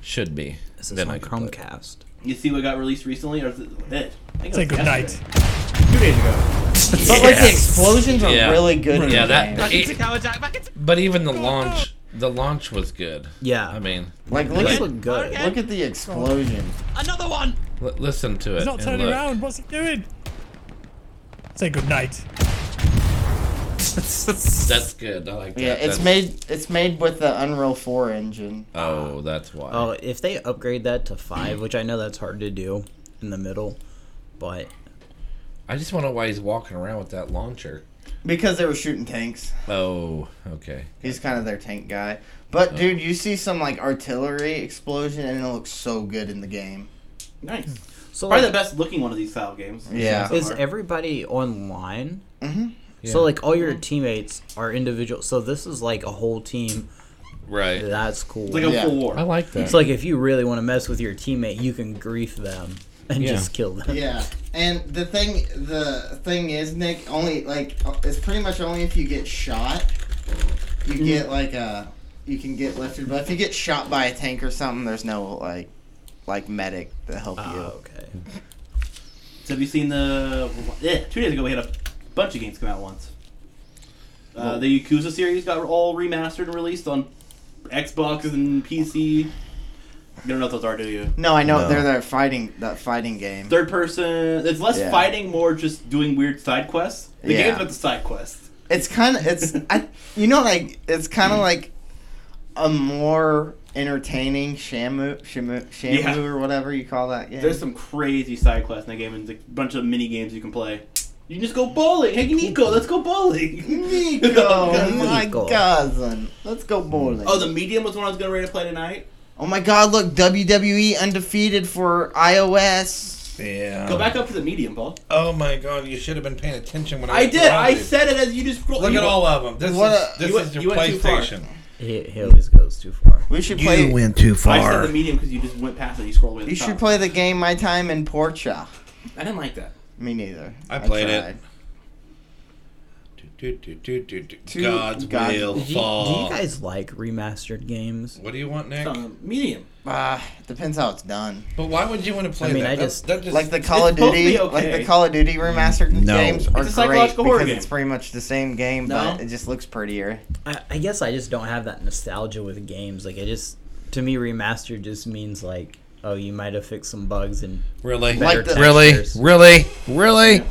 S2: Should be.
S3: this is
S2: Then I
S3: on
S2: could play it.
S3: Chromecast.
S5: You see what got released recently, or is it? it I think it
S10: Say
S5: was
S10: good night.
S5: yesterday. Two days ago.
S1: But like the explosions are
S4: Yeah.
S1: really good. in
S4: Yeah,
S1: the
S4: that.
S1: game.
S4: that- it- but even the launch, the launch was good.
S3: Yeah,
S4: I mean,
S1: like look
S3: these
S1: at
S3: look good.
S1: look at the explosion.
S10: Another one.
S4: l- listen to it.
S10: He's not
S4: and
S10: turning
S4: look.
S10: around. What's he doing? Say good night.
S4: That's good. I like that.
S1: Yeah, it's
S4: That's-
S1: made it's made with the Unreal Four engine.
S4: Oh, that's why.
S3: Oh, if they upgrade that to five, which I know that's hard to do in the middle, but
S4: I just want to know why he's walking around with that launcher.
S1: Because they were shooting tanks.
S4: Oh, okay.
S1: He's kind of their tank guy. But dude, you see some like artillery explosion and it looks so good in the game.
S5: Nice.
S3: so
S5: Probably the
S3: like,
S5: best looking one of these style games.
S1: Yeah.
S3: is
S5: So far.
S3: everybody online?
S1: Mhm.
S4: Yeah.
S3: So like all your teammates are individual. So this is like a whole team.
S4: Right.
S3: That's cool.
S5: It's like a
S1: Yeah.
S5: full war.
S4: I like that.
S3: It's like if you really want to mess with your teammate, you can grief them and
S4: Yeah.
S3: just kill them.
S1: Yeah. And the thing the thing is, Nick, only like it's pretty much only if you get shot
S5: Mm-hmm.
S1: you get like a you can get lifted, but if you get shot by a tank or something, there's no like like medic to help
S3: Ah,
S1: you.
S5: Oh.
S3: okay.
S5: So have you seen the? eh, two days ago we had a bunch of games come out once. Uh, the Yakuza series got all remastered and released on Xbox and PC. You don't know what those are, do you?
S1: No, I know
S2: No.
S1: they're that fighting that fighting game.
S5: Third person. It's less
S1: Yeah.
S5: fighting, more just doing weird side quests. The
S1: Yeah.
S5: game's about the side quests.
S1: It's kind of it's I you know like it's kind
S5: Mm.
S1: of like a more entertaining Shamu Shamu Shamu
S5: Yeah.
S1: or whatever you call that game.
S5: There's some crazy side quests in the game, and like, a bunch of mini games you can play. You can just go bowling. Hey, Nico, let's go bowling.
S1: Nico, Oh my
S3: Nico.
S1: cousin. Let's go bowling.
S5: Oh, the medium was one I was gonna ready to play tonight.
S1: Oh my God! Look, WWE undefeated for iOS.
S2: Yeah.
S1: Oh.
S5: Go back up to the medium, Paul.
S2: Oh my god, you should have been paying attention when I
S5: I
S2: was
S5: did. I
S2: driving.
S5: said it as you just scrolled.
S2: Look
S5: you
S2: at all of them. This
S1: What
S2: is
S1: a-
S2: this
S5: you went-
S2: is your
S5: you went too far.
S2: PlayStation.
S3: He, he always goes too far.
S1: We should play.
S2: went too
S5: I said the medium because you just went past it. You scrolled away. To the
S1: You should
S5: top.
S1: play the game My Time in Portia.
S5: I didn't like that.
S1: Me neither.
S2: I played it.
S1: tried.
S2: Do, do, do, do, do.
S1: Two-
S2: God's
S1: God-
S2: will
S1: Do
S3: Do you, do you
S2: fall.
S3: guys like remastered games?
S2: What do you want, Nick?
S5: Um, medium.
S1: Ah, depends how it's done.
S2: But why would you want to play
S3: I mean,
S2: that?
S3: I
S2: That-
S3: just-
S2: that just
S1: Like the Call of
S5: It's supposed to
S1: Duty,
S5: be okay.
S1: like the Call of Duty remastered
S2: No.
S1: games are
S5: It's
S1: great
S5: a psychological horror
S1: because
S5: game.
S1: it's pretty much the same game, but
S5: No.
S1: it just looks prettier.
S3: I, I guess I just don't have that nostalgia with games. Like I just, to me, remastered just means like, oh, you might have fixed some bugs and
S2: really,
S1: Like the-
S2: really,
S3: textures.
S2: really, really.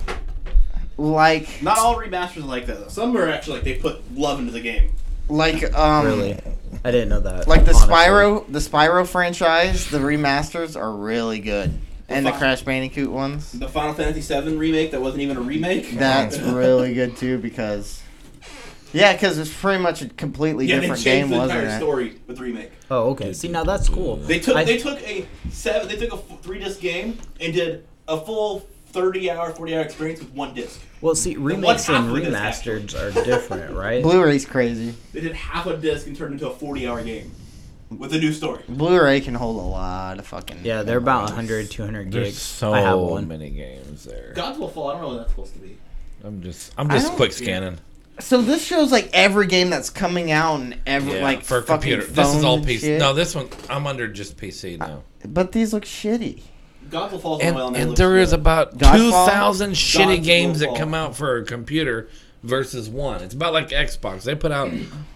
S1: Like,
S5: Not all remasters are like that. Though. Some are actually like they put love into the game.
S1: like, um,
S3: really, I didn't know that.
S1: like the
S3: honestly.
S1: Spyro, the Spyro franchise, the remasters are really good, and the
S5: Fuck.
S1: Crash Bandicoot ones.
S5: The Final Fantasy VII remake that wasn't even a remake.
S1: That's really good too because, yeah, because it's pretty much a completely
S5: yeah, they
S1: different
S5: changed
S1: game,
S5: the
S1: wasn't
S5: entire
S1: it?
S5: story with the remake.
S3: Oh, okay. See, now that's cool.
S5: They took
S3: I-
S5: they took a seven they took a f- three disc game and did a full thirty hour forty hour experience with one disc.
S3: well, see, remakes and
S5: half of it is
S3: remasters are different, right?
S1: Blu-ray's crazy.
S5: They did half a disc and turned it into a forty hour game with a new story.
S1: Blu-ray can hold a lot of fucking.
S3: Yeah, they're about 100, 200
S4: There's
S3: gigs.
S4: so
S3: I have one.
S4: many games there.
S5: Gods Will Fall. I don't know what that's supposed to be.
S4: I'm just I'm
S1: I
S4: just
S1: don't-
S4: quick scanning.
S1: So this shows like every game that's coming out and every
S4: Yeah,
S1: like
S4: for a
S1: fucking
S4: computer. This is all
S1: phones and
S4: PC.
S1: shit.
S4: No, this one I'm under just PC now.
S1: but these look shitty.
S5: Gods Will
S1: Oh,
S5: Fall.
S4: and
S5: well,
S4: and there is about
S1: Godfall?
S4: two thousand shitty
S5: Godfall.
S4: games that come out for a computer versus one. It's about like Xbox. They put out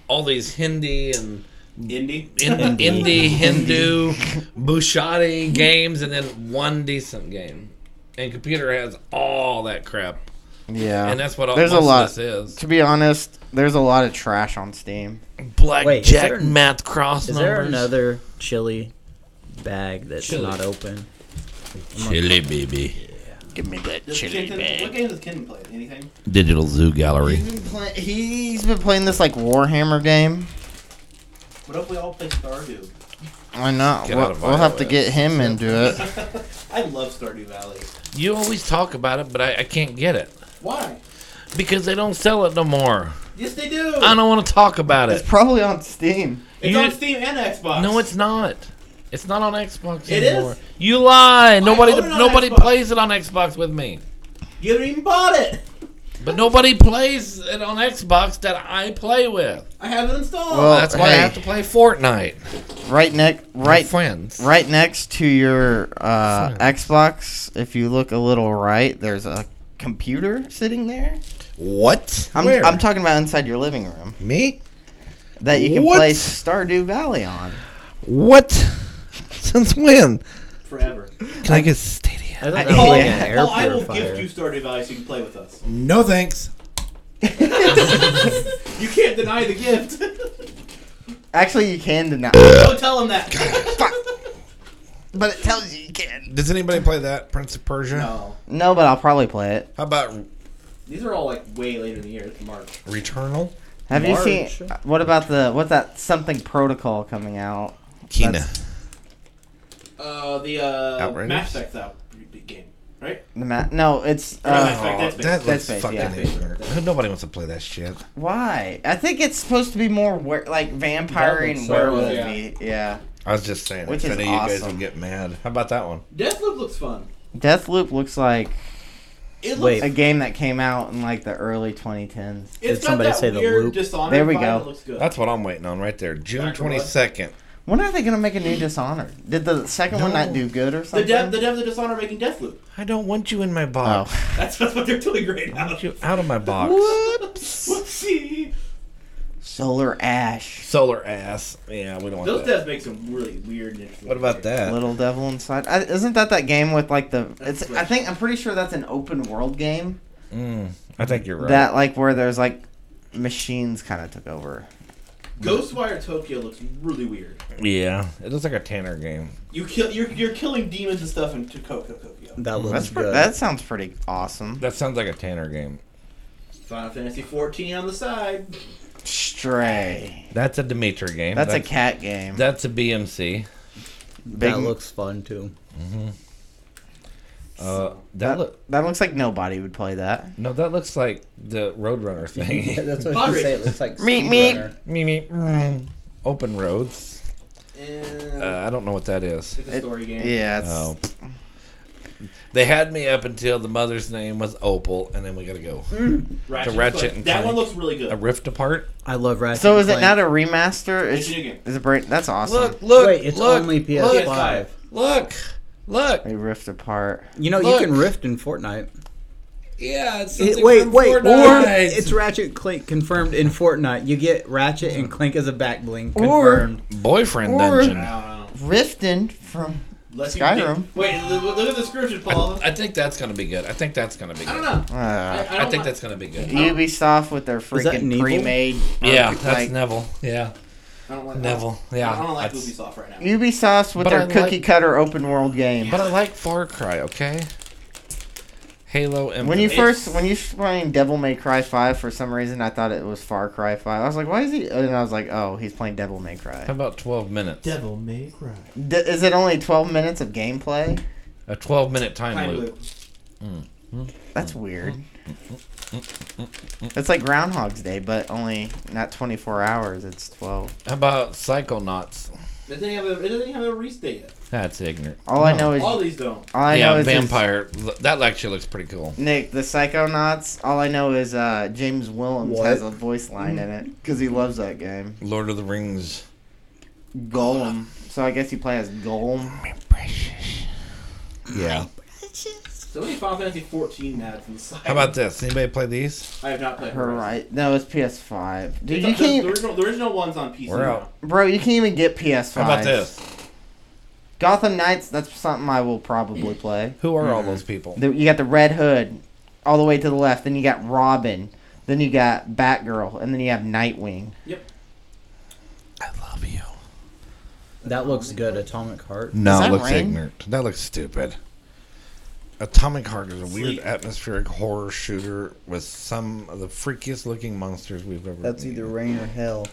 S4: all these Hindi and
S5: indie.
S4: in, indie Hindu Bushati games, and then one decent game. And computer has all that crap,
S1: Yeah,
S4: and uh, that's what all
S1: Uh, There's a
S4: most
S1: lot.
S4: of this is.
S1: to be honest, there's a lot of trash on Steam.
S3: Wait, is there
S4: Blackjack,
S3: an-
S4: math cross
S3: Is
S4: numbers.
S3: there another chili bag that's
S4: Chili.
S3: not open?
S4: Chili baby,
S1: Give me that
S5: Does Kenton- What game does Ken play? Anything?
S4: digital zoo gallery.
S1: He's been, play- he's been playing this like Warhammer game.
S5: What if we all play Stardew?
S1: Why not?
S4: Get
S1: We'll,
S4: out of
S1: we'll have to
S4: iOS.
S1: get him into it.
S5: I love Stardew Valley.
S4: You always talk about it, but I, I can't get it
S5: Why?
S4: because they don't sell it no more.
S5: Yes, they do.
S4: I don't want to talk about it.
S1: It's probably on Steam.
S5: It's
S4: You-
S5: on Steam and Xbox.
S4: No, it's not. It's not on Xbox
S5: It
S4: anymore.
S5: is.
S4: You lie. Nobody
S5: own it on
S4: nobody
S5: Xbox.
S4: plays it on Xbox with me.
S5: You haven't even bought it.
S4: But nobody plays it on Xbox that I play with.
S5: I have it installed.
S1: Well,
S4: That's why I
S1: Oh, hey.
S4: have to play Fortnite.
S1: Right neck,
S4: Right,
S1: right,
S4: friends.
S1: right next to your uh, Xbox. If you look a little right, there's a computer sitting there.
S2: What?
S1: I'm,
S2: Where?
S1: I'm talking about inside your living room
S2: Me?
S1: that you can
S2: What?
S1: play Stardew Valley on.
S2: What? Since when?
S5: Forever.
S2: Can I get Stadia?
S3: I thought that
S1: I-
S3: was
S1: yeah.
S3: like an air
S5: Paul, Oh, I will
S3: purifier.
S5: gift you Stardew Valley so you can play with us.
S2: No thanks.
S5: You can't deny the gift.
S1: Actually, you can deny,
S5: Don't tell him that.
S1: but it tells you you can.
S2: Does anybody play that Prince of Persia?
S5: no.
S1: No, but I'll probably play it.
S2: How about
S5: These are all like way later in the year. It's March.
S2: Returnal?
S1: Have you
S3: March.
S1: seen what about the what's that something protocol coming out?
S2: Kina.
S1: That's-
S5: Uh, the uh,
S2: Outriders?
S5: Mass Effect's out big game, right?
S1: The ma- no, it's
S5: No, Mass
S1: uh,
S5: Effect, that's big.
S2: That looks
S1: Space,
S2: fucking
S1: yeah.
S2: ignorant. Nobody wants to play that shit.
S1: why? I think it's supposed to be more wer- like vampire
S3: That looks
S1: and
S3: so-
S1: werewolf.
S5: yeah.
S1: Yeah. yeah,
S2: I was just saying.
S1: Which
S2: I
S1: is
S2: know you guys
S1: awesome.
S2: would get mad. How about that one?
S5: Deathloop looks fun.
S1: Deathloop looks like
S5: It looks.
S3: Wait.
S1: a game that came out in like the early 2010s.
S5: it's
S3: Did
S5: got
S3: somebody
S5: that
S3: say the
S5: weird
S3: loop?
S5: Dishonored
S1: There we
S5: vibe
S1: go.
S5: that looks good.
S2: That's what I'm waiting on right there. June
S5: Back to what?
S2: 22nd.
S1: When are they gonna make a new Dishonored? Did the second one
S2: No.
S1: not do good or
S5: the
S1: something?
S5: dev, the dev, the Dishonored making Deathloop.
S2: I don't want you in my box.
S1: oh,
S5: That's, that's what they're doing right now.
S2: I want you out of my box.
S5: Whoopsie.
S1: Solar Ash.
S2: Solar ass. Yeah, we don't want
S5: Those deaths
S2: that.
S5: make some really weird. and interesting
S2: What about that?
S1: Little Devil Inside. I, isn't that that game with like the? It's. I
S5: right.
S1: think I'm pretty sure that's an open world game.
S2: Mm, I think you're right.
S1: That like where there's like machines kind of took over.
S5: Ghostwire Tokyo looks really weird.
S2: yeah, it looks like a Tanner game.
S5: You kill you're you're killing demons and stuff in Tokyo Tokyo.
S3: That looks
S1: That's pre-
S3: good.
S1: that sounds pretty awesome.
S2: That sounds like a Tanner game.
S5: Final Fantasy 14 on the side.
S1: Stray.
S2: That's a Dimitri game.
S1: That's, a cat game.
S2: That's a
S1: Big-
S2: BMC.
S3: that looks fun too.
S2: Uh, that
S1: that,
S2: look
S1: that looks like nobody would play that.
S2: no, that looks like the Roadrunner thing.
S3: that's what
S5: I was gonna say,
S3: It looks like
S1: Meep, meep. Speedrunner.
S2: me me. mm. Open roads.
S5: And
S2: Uh, I don't know what that is.
S5: it's a story game.
S1: Yeah. It's,
S2: Oh. They had me up until the mother's name was Opal, and then we gotta go.
S1: Hmm?
S5: Ratchet,
S2: The Ratchet
S5: Clank.
S2: and
S5: That one
S2: Clank.
S5: looks really good.
S2: A rift apart.
S3: I love Ratchet.
S1: So
S3: and
S1: is it
S3: Clank.
S1: not a remaster? It's,
S5: It's a new game.
S1: Is it break? That's awesome.
S2: Look, look,
S3: Wait, it's
S2: look,
S3: only
S2: look,
S3: PS5.
S2: Look, look.
S1: They rift apart.
S3: You know,
S2: Look.
S3: you can rift in Fortnite.
S2: Yeah, it's
S3: It-
S2: something
S3: wait,
S2: from
S3: wait, or
S2: Fortnite.
S3: it's Ratchet and Clank confirmed in Fortnite. You get Ratchet and Clank as a back bling confirmed.
S2: boyfriend
S1: Or-
S2: dungeon.
S5: I don't know.
S1: Rifting from.
S5: Unless you
S1: Skyrim.
S5: dig- Wait, look, look at the description, Paul. I,
S2: I think that's gonna be good. I think that's gonna be. good.
S5: don't know. I,
S1: Uh,
S5: I,
S2: I
S5: don't
S2: think
S5: mind-
S2: that's gonna be good.
S1: Ubisoft with their
S3: that
S1: freaking
S3: Neville?
S1: pre-made.
S2: Yeah,
S1: um,
S2: that's
S1: like,
S2: Neville. Yeah,
S5: I don't like
S2: Neville.
S5: I
S2: Yeah,
S5: don't, I don't like
S2: that's-
S5: Ubisoft right now.
S1: Ubisoft with
S2: But I
S1: their
S2: like-
S1: cookie cutter open world game.
S2: but I like Far Cry. Okay. Halo and
S1: When you
S5: It's-
S1: first, when you playing Devil May Cry Five, for some reason I thought it was Far Cry Five. I was like, why is he? And I was like, oh, he's playing Devil May
S2: how
S1: Cry.
S2: about twelve minutes?
S10: Devil May Cry.
S1: D- is it only twelve minutes of gameplay?
S2: A twelve minute time,
S5: Time
S2: loop.
S5: loop.
S1: That's weird. It's like Groundhog's Day, but only not 24 hours. It's 12.
S2: How about Psychonauts?
S5: It doesn't have a, it doesn't have a release date yet.
S2: That's ignorant.
S1: All I know is
S5: All
S1: all
S5: these don't.
S1: I know
S2: yeah,
S1: is is-
S2: vampire. That actually looks pretty cool.
S1: Nick, the Psychonauts. All I know is uh, James Willems
S3: What?
S1: has a voice line in it because he loves that game.
S2: Lord of the Rings.
S1: Golem. So I guess you play as Golem.
S2: Yeah.
S5: So many Final Fantasy 14 ads on the side.
S2: How about this? Anybody play these?
S5: I have not played
S1: Her
S5: Horizon.
S1: right? No, it's PS5. Dude,
S5: It's
S1: you
S5: not- the, the
S1: can't,
S5: original, the original one's on PC.
S2: We're
S5: now.
S2: out.
S1: bro. You can't even get PS5.
S2: How about this?
S1: Gotham Knights. That's something I will probably play.
S2: Who are all those people?
S1: The- you got the Red Hood, all the way to the left. Then you got Robin. Then you got Batgirl, and then you have Nightwing.
S2: I love you.
S3: That looks good. Atomic Heart.
S2: No,
S1: Does
S2: it
S1: that
S2: looks
S1: ring?
S2: ignorant. That looks stupid. Atomic Heart is a weird
S5: Sleep.
S2: atmospheric horror shooter with some of the freakiest looking monsters we've ever.
S3: That's either rain or hell.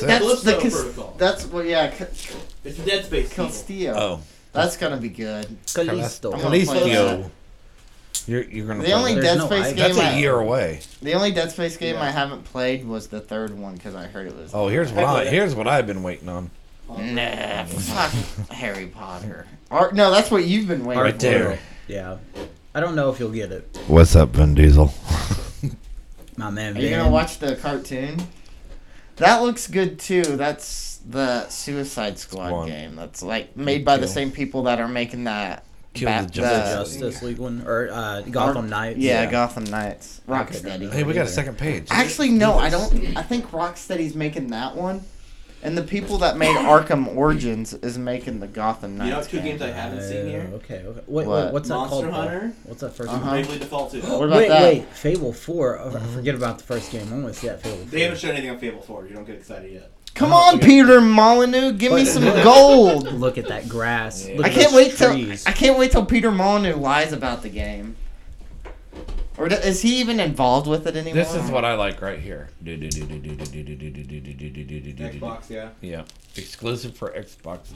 S1: Th-
S2: that?
S1: That's the
S5: Calypso
S1: cas-
S5: Protocol.
S1: That's well, yeah, Ca-
S5: It's a Dead Space sequel.
S1: Castillo.
S2: Oh,
S1: That's gonna be good.
S3: Callisto.
S1: gonna play
S2: Calistio. You're you're gonna.
S1: The
S2: play
S1: only
S2: that?
S1: Dead
S3: There's no
S1: Space
S3: I-
S1: game.
S2: That's
S1: I,
S2: a year away.
S1: The only Dead Space game I haven't played was the third one because I heard it was.
S2: Oh, here's what
S5: I
S2: I
S5: played it.
S2: here's what I've been waiting on.
S5: Oh.
S1: Nah, fuck Harry Potter. Or no, that's what you've been waiting
S2: Right
S1: for.
S2: there.
S3: Yeah. I don't know if you'll get it.
S2: What's up, Vin Diesel?
S3: My man.
S1: Are you gonna
S3: Van.
S1: watch the cartoon? That looks good too. That's the Suicide Squad
S2: One.
S1: game. That's like made by the
S2: Kill.
S1: same people that are making that.
S2: Kill the
S1: Bat-
S2: Justice
S3: The
S1: uh,
S3: Justice League one or uh, Gotham Knights?
S1: Yeah, Gotham Knights. Rocksteady.
S2: Hey, we got a second page.
S1: Actually, no, I don't. I think Rocksteady's making that one, and the people that made Arkham Origins is making the Gotham
S5: You know
S1: Knights.
S5: two
S1: game.
S5: games I haven't seen
S3: Oh,
S5: here?
S3: okay, okay. Wait,
S1: What?
S3: wait, what's that
S5: Monster
S3: called? Paul?
S5: Hunter?
S3: What's that 1st
S1: Uh-huh.
S3: one?
S5: Bravely Default 2.
S1: What about
S3: wait,
S1: that?
S3: wait, Fable Four. Oh, I
S2: Uh-huh.
S3: forget about the first game. I want to see that Fable.
S5: They
S3: 4.
S5: haven't shown anything on Fable 4. You don't get excited yet.
S1: Come
S2: Oh,
S1: on, Peter Molyneux, give me
S3: But-
S1: some gold.
S3: Look at that grass. Look
S1: I
S3: at
S1: can't
S3: those
S1: wait till
S3: trees.
S1: I can't wait till Peter Molyneux lies about the game. Or do, is he even involved with it anymore?
S2: This is what I like right here. Xbox.
S5: Xbox, yeah.
S2: Yeah, exclusive for Xbox.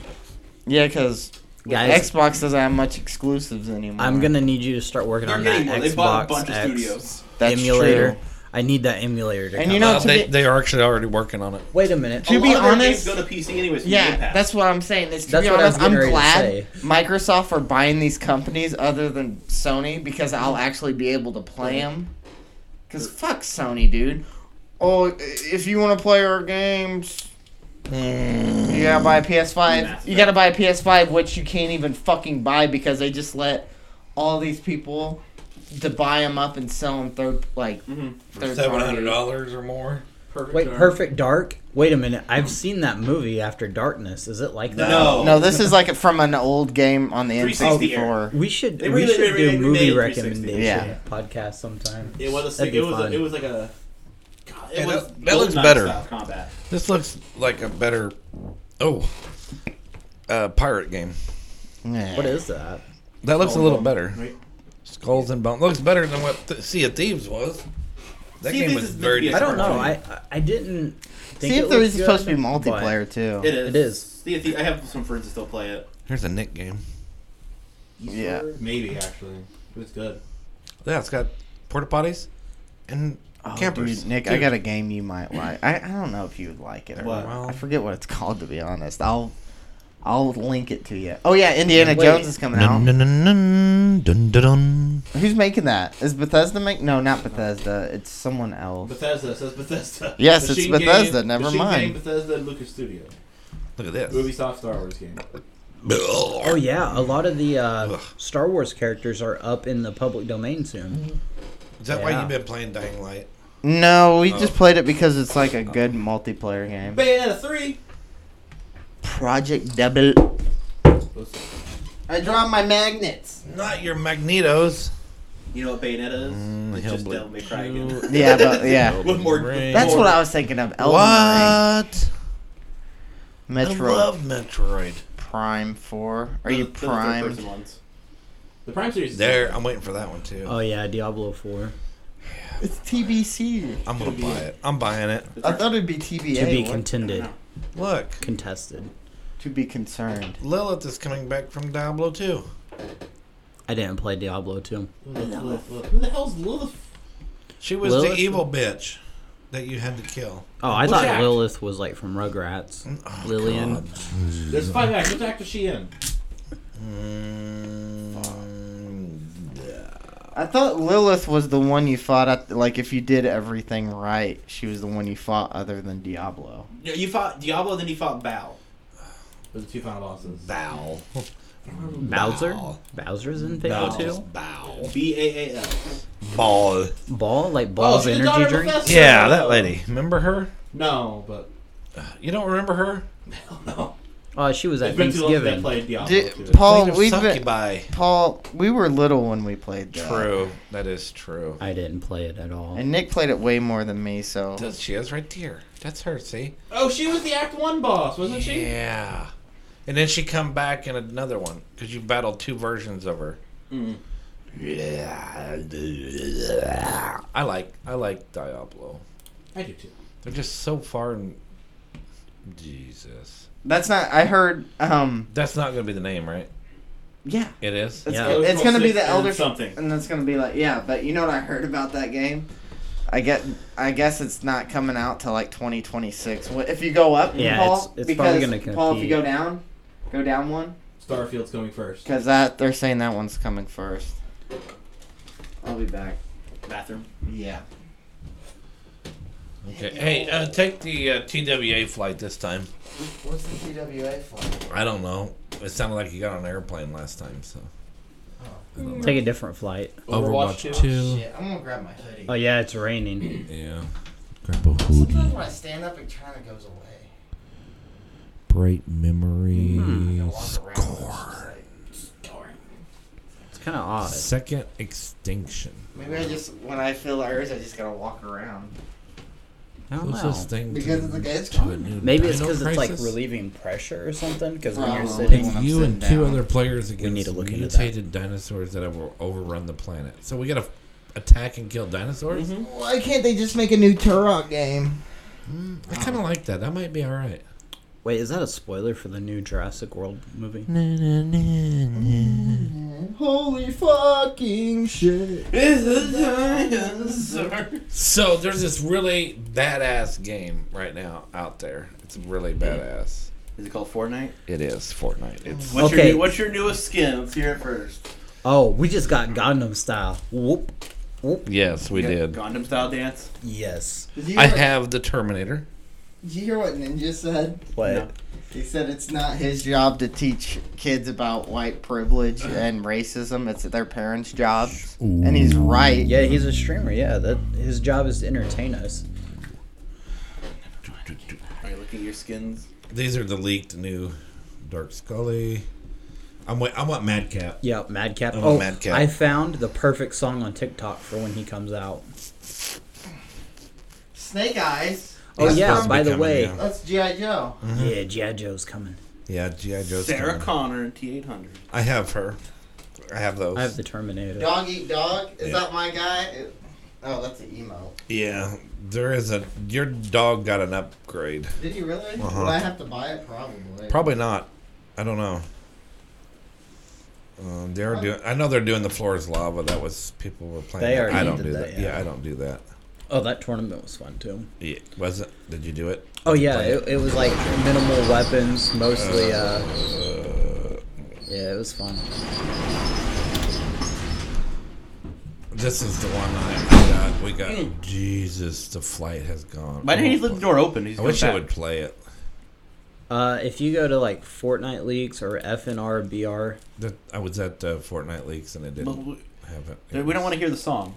S1: Yeah, because
S3: Guys,
S1: Xbox doesn't have much exclusives anymore.
S3: I'm gonna need you to start working
S5: They're
S3: on
S5: getting
S3: that
S5: one.
S3: Xbox
S5: They bought a bunch
S3: X
S5: of studios.
S1: That's
S3: emulator.
S1: true.
S3: I need that emulator to
S1: And
S3: come
S1: you know-
S2: Well,
S1: to
S2: they,
S1: be-
S2: they are actually already working on it.
S3: Wait a minute.
S1: To
S5: a
S1: be
S5: lot of their
S1: honest-
S5: games go to PC anyways. from Game
S1: Yeah,
S5: Pass.
S1: that's what I'm saying. It's, to
S3: That's
S1: be
S3: what I was
S1: honest, I'm
S3: getting
S1: glad
S3: ready
S1: Microsoft are buying these companies other than Sony because I'll actually be able to play them. Because fuck Sony, dude. Oh, i- if you want to play our games, you gotta buy a PS5. You gotta buy a PS5, which you can't even fucking buy because they just let all these people to buy them up and sell them third, like,
S5: Mhm.
S1: third
S2: Seven
S1: party.
S2: hundred dollars or more.
S5: Perfect
S3: Wait,
S5: Dark.
S3: Perfect Dark? Wait a minute. I've seen that movie After Darkness. Is it like that?
S5: No.
S1: No, this is like from an old game on the
S5: 360
S1: N64.
S3: We should
S5: They
S3: we
S5: really-
S3: should
S5: they
S3: do
S5: really
S3: movie
S5: made 360.
S3: recommendation
S1: Yeah.
S3: podcast sometime.
S5: It was a
S3: That'd
S5: sick,
S3: be
S5: it was
S3: fun.
S5: a, it was like a God, it
S2: Yeah,
S5: was
S2: that- that looks
S5: GoldenEye
S2: better.
S5: style combat.
S2: This looks like a better. Oh. Uh, pirate game.
S1: Yeah.
S3: what is that?
S2: That looks a little
S5: Skull
S2: better.
S5: and Bones, right?
S2: Skulls and Bones. Looks better than what Th- Sea of Thieves was. That
S5: Sea of
S2: game
S5: Thieves
S2: was
S5: is meant
S2: very
S5: to be a
S3: I don't
S2: different.
S3: know. I I- I didn't. Think
S1: See
S3: it
S1: if there
S3: was
S1: is supposed to
S3: good,
S1: be multiplayer too.
S5: It is.
S3: It is.
S5: Yeah, the- I have some friends that still play it.
S2: Here's a Nick game.
S1: Yeah.
S5: Maybe actually, it was good.
S2: Yeah, it's got porta potties and
S1: Oh,
S2: campers.
S1: dude, Nick, I got a game you might like. I, I don't know if you would like it. Or
S5: What?
S1: not. I forget what it's called to be honest. I'll I'll link it to you. Oh yeah, Indiana Jones is coming out.
S2: Dun, dun, dun, dun, dun, dun, dun.
S1: Who's making that? Is Bethesda make? No, not Bethesda. It's someone else.
S5: Bethesda says Bethesda.
S1: Yes, it's Bethesda, never
S5: Machine
S1: mind.
S5: Game, Bethesda and Lucas Studio.
S2: Look at this.
S5: Ubisoft Star Wars game.
S3: Oh yeah, a lot of the uh, Star Wars characters are up in the public domain soon.
S2: Is that why
S3: Yeah.
S2: you've been playing Dying Light?
S1: No, we just
S2: Oh.
S1: played it because it's like a good multiplayer game.
S5: Bayonetta three.
S1: Project Double. I draw my magnets.
S2: Not your Magnetos.
S5: You know what Bayonetta is? it's just
S2: Hellblade.
S5: Devil May Cry again.
S1: Yeah, but yeah.
S5: With more,
S2: Ring.
S1: That's what I was thinking of. Elden Ring.
S2: What? I
S1: Metro
S2: love Metroid.
S1: Prime 4. Are you
S5: The,
S1: primed?
S5: third-person ones. the Prime series. is
S2: There, I'm waiting for that one too.
S3: Oh yeah, Diablo Four.
S1: It's TBC.
S2: I'm gonna buy it. I'm buying it.
S5: different.
S1: I thought it'd be TBA.
S3: To be
S1: what-
S3: contended,
S2: Look,
S3: contested.
S1: to be concerned.
S2: Lilith is coming back from Diablo 2.
S3: I didn't play Diablo Two.
S5: Who the- who the- Who the hell's Lilith?
S2: She was
S3: Lilith?
S2: the evil bitch that you had to kill.
S3: Oh, I
S5: Which
S3: thought
S5: act?
S3: Lilith was like from Rugrats.
S2: Oh,
S3: Lillian.
S2: God.
S5: There's five acts. Which act was she in?
S2: Mm,
S1: I thought Lilith was the one you fought at. Like, if you did everything right, she was the one you fought other than Diablo.
S5: Yeah, You fought Diablo, then you fought Bao. Those are the two final bosses.
S2: Bow.
S3: Bowser.
S2: Bow.
S3: Bowser's in Diablo Two.
S2: Bow.
S5: B A A L.
S2: Ball.
S3: Ball like balls
S5: Oh, she's the daughter
S3: energy
S5: of
S3: drink.
S5: Mephisto.
S2: Yeah, that lady. Remember her?
S5: No, but
S2: You don't remember her?
S5: hell no.
S3: Oh, she was at
S5: It's been too long since I
S3: Thanksgiving.
S5: played Diablo.
S1: Di-
S5: too.
S1: Paul,
S2: Queen of
S1: we've been,
S2: Succubi.
S1: Paul, we were little when we played that.
S2: True. That is true.
S3: I didn't play it at all.
S1: And Nick played it way more than me, so
S2: Does- She is right there. That's her, see?
S5: oh, she was the Act One boss, wasn't she?
S2: Yeah. And then she come back in another one because you battled two versions of her.
S1: Mm.
S2: Yeah. I like I like Diablo.
S5: I do too.
S2: They're just so far and Jesus.
S1: that's not. I heard. Um,
S2: That's not gonna be the name, right?
S1: yeah,
S2: It is.
S1: it's,
S3: Yeah.
S1: go- it's gonna be the
S5: And
S1: Elder
S5: something.
S1: and it's gonna be like, yeah. But you know what I heard about that game? I get. I guess it's not coming out till like 2026. What- If you go up,
S3: Yeah,
S1: Paul,
S3: it's- it's
S1: because
S3: probably gonna
S1: Paul, if you
S3: compete.
S1: go down, go down one.
S5: Starfield's coming first.
S1: Because that they're saying that one's coming first. I'll be back.
S5: Bathroom.
S1: Yeah.
S2: Okay. Hey, uh, take the uh, TWA flight this time.
S1: What's the TWA for?
S2: I don't know. It sounded like you got on an airplane last time, so.
S3: Take a different flight.
S5: Overwatch
S1: Shit, I'm gonna grab my hoodie.
S3: Oh yeah, it's raining.
S2: Yeah.
S11: Grab a
S1: Sometimes
S11: hoodie.
S1: when I stand up, it kind of goes away.
S11: Bright memories.
S1: Score.
S3: It's kind of odd.
S11: Second extinction.
S1: Maybe I just when I feel the urge, I just gotta walk around.
S3: I don't know.
S11: Closest thing
S1: Because
S11: to,
S1: it's like, it's
S11: to a
S1: coming.
S11: new
S3: Maybe it's
S11: dino
S3: because it's like
S11: crisis.
S3: relieving pressure or something. Because when you're
S5: Oh.
S1: Probably.
S3: sitting,
S1: when I'm
S11: you and
S1: sitting
S11: two
S1: down.
S11: other players against
S3: need to look into that.
S11: mutated dinosaurs that have overrun the planet. So we gotta attack and kill dinosaurs.
S8: Mm-hmm.
S1: Why can't they just make a new Turok game?
S11: I kind of like that. That might be all right.
S3: wait, is that a spoiler for the new Jurassic World movie?
S1: Holy fucking shit!
S2: So there's this really badass game right now out there. It's really badass.
S5: Is it called Fortnite?
S2: It is Fortnite. It's
S5: What's
S3: Okay.
S5: your new, What's your newest skin? Let's hear it first.
S3: Oh, we just got Gundam style. Whoop.
S2: yes, we did.
S5: Gundam style dance.
S3: Yes.
S1: Did you,
S2: I
S1: hear-
S2: have the Terminator.
S1: did you hear what Ninja said?
S3: What?
S5: No.
S1: He said it's not his job to teach kids about white privilege and racism. It's their parents' jobs, and he's right.
S3: Yeah, he's a streamer. Yeah, that his job is to entertain us.
S12: Are you looking at your skins?
S2: These are the leaked new Dark Scully. I'm wait, I want Madcap.
S3: Yeah, Madcap.
S2: I
S3: Oh,
S2: want Madcap.
S3: I found the perfect song on TikTok for when he comes out.
S8: Snake Eyes.
S3: Oh, He's yeah, supposed to by be the coming, way. yeah.
S8: That's G.I. Joe.
S2: Mhm.
S3: Yeah, G.I. Joe's coming.
S2: yeah, GI Joe's.
S12: Sarah
S2: coming.
S12: Connor and T800.
S2: I have her. I have those. I have
S3: the Terminator.
S8: Dog Eat Dog. Is
S2: Yeah.
S8: that my guy? It- Oh, that's an emo.
S2: Yeah, there is a. Your dog got an upgrade.
S8: Did you really?
S2: Uh-huh.
S8: Would I have to buy it? Probably.
S2: Probably not. I don't know. Um, they're doing. I know they're doing the floor is lava. That was people were playing.
S3: They
S2: that.
S3: already
S2: I don't
S3: did
S2: do
S3: that,
S2: that. Yeah.
S3: yeah.
S2: I don't do that.
S3: Oh, that tournament was fun too.
S2: Yeah, was it? Did you do it?
S3: Oh
S2: Did you
S3: yeah,
S2: play
S3: it, it was like minimal weapons, mostly. Uh,
S2: Uh,
S3: yeah, it was fun.
S2: This is the one I, I got. We got. Jesus, the flight has gone.
S3: Mm. Why didn't he
S2: Oh,
S3: leave the door open? He's
S2: I wish
S3: going
S2: I
S3: back.
S2: would play it.
S3: Uh, if you go to like Fortnite leaks or FNR BR,
S2: That I was at uh, Fortnite leaks and I didn't
S3: Well, we-
S2: have it.
S3: there- we don't wanna hear the
S12: song.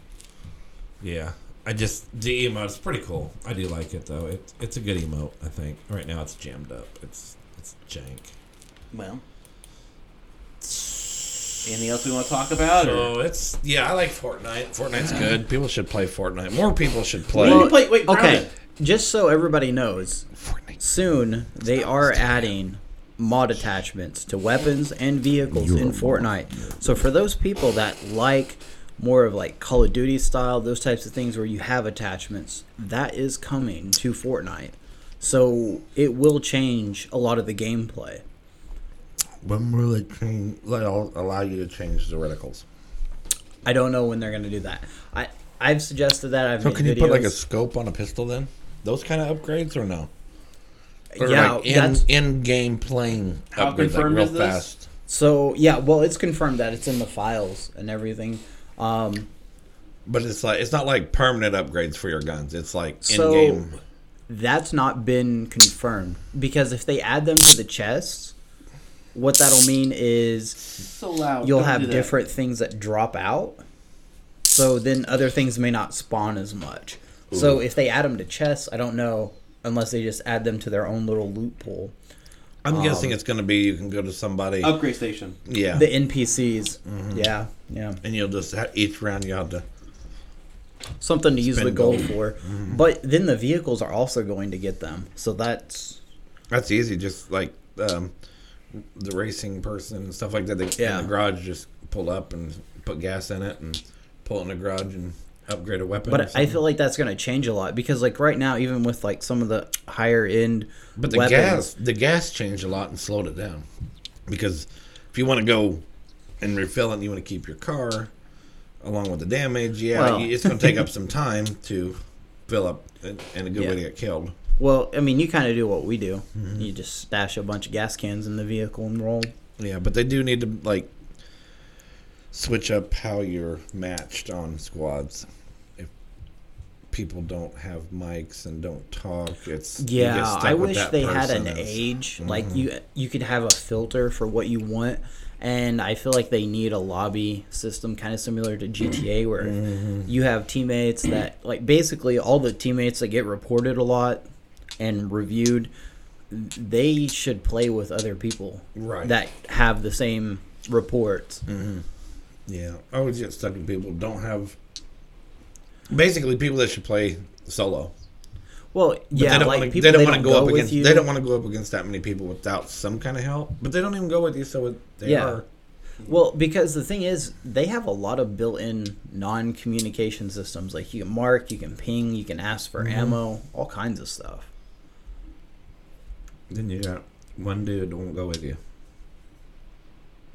S2: Yeah, I just the emote's pretty cool. I do like it though. It, it's a good emote. I think right now it's jammed up. It's it's jank.
S12: Well. Anything else we want to talk about?
S2: So it's yeah, I like Fortnite. Fortnite's good. People should play Fortnite. More people should play.
S3: okay, just so everybody knows, soon they are adding mod attachments to weapons and vehicles in Fortnite. So for those people that like more of like Call of Duty style, those types of things where you have attachments, that is coming to Fortnite. So it will change a lot of the gameplay.
S2: When will it change? Let will allow you to change the reticles.
S3: I don't know when they're going to do that. I I've suggested that. I've
S2: So
S3: made
S2: can you put like
S3: videos.
S2: a scope on a pistol then? Those kind of upgrades or no? Or
S3: Yeah,
S2: like in
S3: that's-
S2: in game playing upgrades like real fast.
S3: So yeah, well, it's confirmed that it's in the files and everything. Um,
S2: But it's like it's not like permanent upgrades for your guns. It's like in
S3: so
S2: game.
S3: that's not been confirmed because if they add them to the chests, what that'll mean is
S12: loud.
S3: you'll
S12: Don't
S3: have
S12: do that.
S3: different things that drop out. So then other things may not spawn as much. So
S2: Ooh.
S3: if they add them to chests, I don't know unless they just add them to their own little loot pool.
S2: I'm
S3: Um,
S2: guessing it's going to be you can go to somebody
S12: Upgrade station.
S2: Yeah,
S3: The NPCs.
S2: Mhm.
S3: Yeah. Yeah.
S2: and you'll just ha- each round you have to.
S3: something to use the
S2: Spend
S3: gold
S2: gold.
S3: for.
S2: Mhm.
S3: But then the vehicles are also going to get them. So that's
S2: That's easy. Just like um, the racing person and stuff like that. They yeah. in the garage just pull up and put gas in it and pull it in the garage and upgrade a weapon. or
S3: but I
S2: something.
S3: feel like that's going to change a lot because like right now even with like some of the higher end
S2: But the gas the gas changed a lot and slowed it down. Because if you want to go and refill it and you want to keep your car along with the damage, yeah,
S3: Well-
S2: you- it's going to take up some time to fill up and, and a good way to
S3: Yeah.
S2: get killed.
S3: Well, I mean, you kind of do what we do.
S2: Mm-hmm.
S3: You just stash a bunch of gas cans in the vehicle and roll.
S2: Yeah, but they do need to like switch up how you're matched on squads. If people don't have mics and don't talk, it's you get
S3: Yeah,
S2: stuck
S3: I
S2: with
S3: wish
S2: that
S3: they had an
S2: person as-
S3: age. Like
S2: Mhm.
S3: you, you could have a filter for what you want. And I feel like they need a lobby system, kind of similar to GTA, where
S2: Mm-hmm.
S3: you have teammates that, like, basically all the teammates that get reported a lot and reviewed, they should play with other people
S2: Right.
S3: that have the same reports.
S2: Mm-hmm. Yeah, I always get stuck with people who don't have. Basically, people that should play solo.
S3: Well,
S2: But
S3: yeah,
S2: they don't
S3: like
S2: wanna,
S3: people
S2: they don't
S3: they
S2: want
S3: don't
S2: to go,
S3: go
S2: up
S3: with
S2: against.
S3: you.
S2: They don't want to go up against that many people without some kind of help. But they don't even go with you, so they are.
S3: Well, because the thing is, they have a lot of built-in non-communication systems. Like you can mark, you can ping, you can ask for
S2: Mhm.
S3: ammo, all kinds of stuff.
S2: Then you got one dude won't go with you.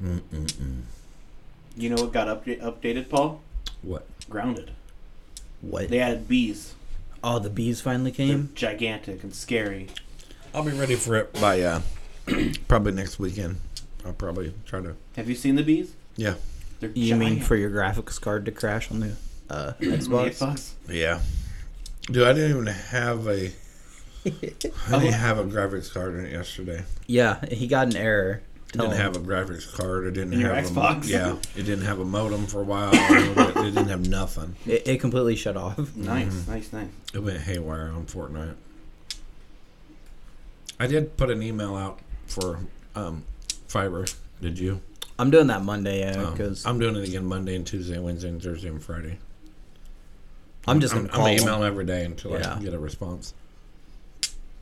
S2: Mm-mm-mm.
S12: You know what got upda- updated, Paul?
S2: What?
S12: Grounded.
S3: What?
S12: They added bees.
S3: Oh, the bees finally came.
S12: Gigantic and scary.
S2: I'll be ready for it by uh, probably next weekend. I'll probably try to.
S12: Have you seen the bees?
S2: Yeah.
S12: They're
S3: You mean
S12: giant.
S3: for your graphics card to crash on the uh, Xbox?
S2: Yeah. Dude, I didn't even have a. I didn't have a graphics card in it yesterday.
S3: Yeah, he got an error.
S2: It
S3: Tell
S2: didn't
S3: him.
S2: have a graphics card. It didn't
S3: In your
S2: have
S3: Xbox?
S2: A, yeah, it didn't have a modem for a while. it didn't have nothing.
S3: It, it completely shut off.
S12: Nice, nice, nice.
S2: It went haywire on Fortnite. I did put an email out for um, fiber. Did you?
S3: I'm doing that Monday, yeah,
S2: Um,
S3: because
S2: I'm doing it again Monday and Tuesday, Wednesday and Thursday and Friday.
S3: I'm just
S2: I'm,
S3: gonna
S2: I'm gonna
S3: call
S2: email
S3: them.
S2: every day until
S3: Yeah.
S2: I get a response.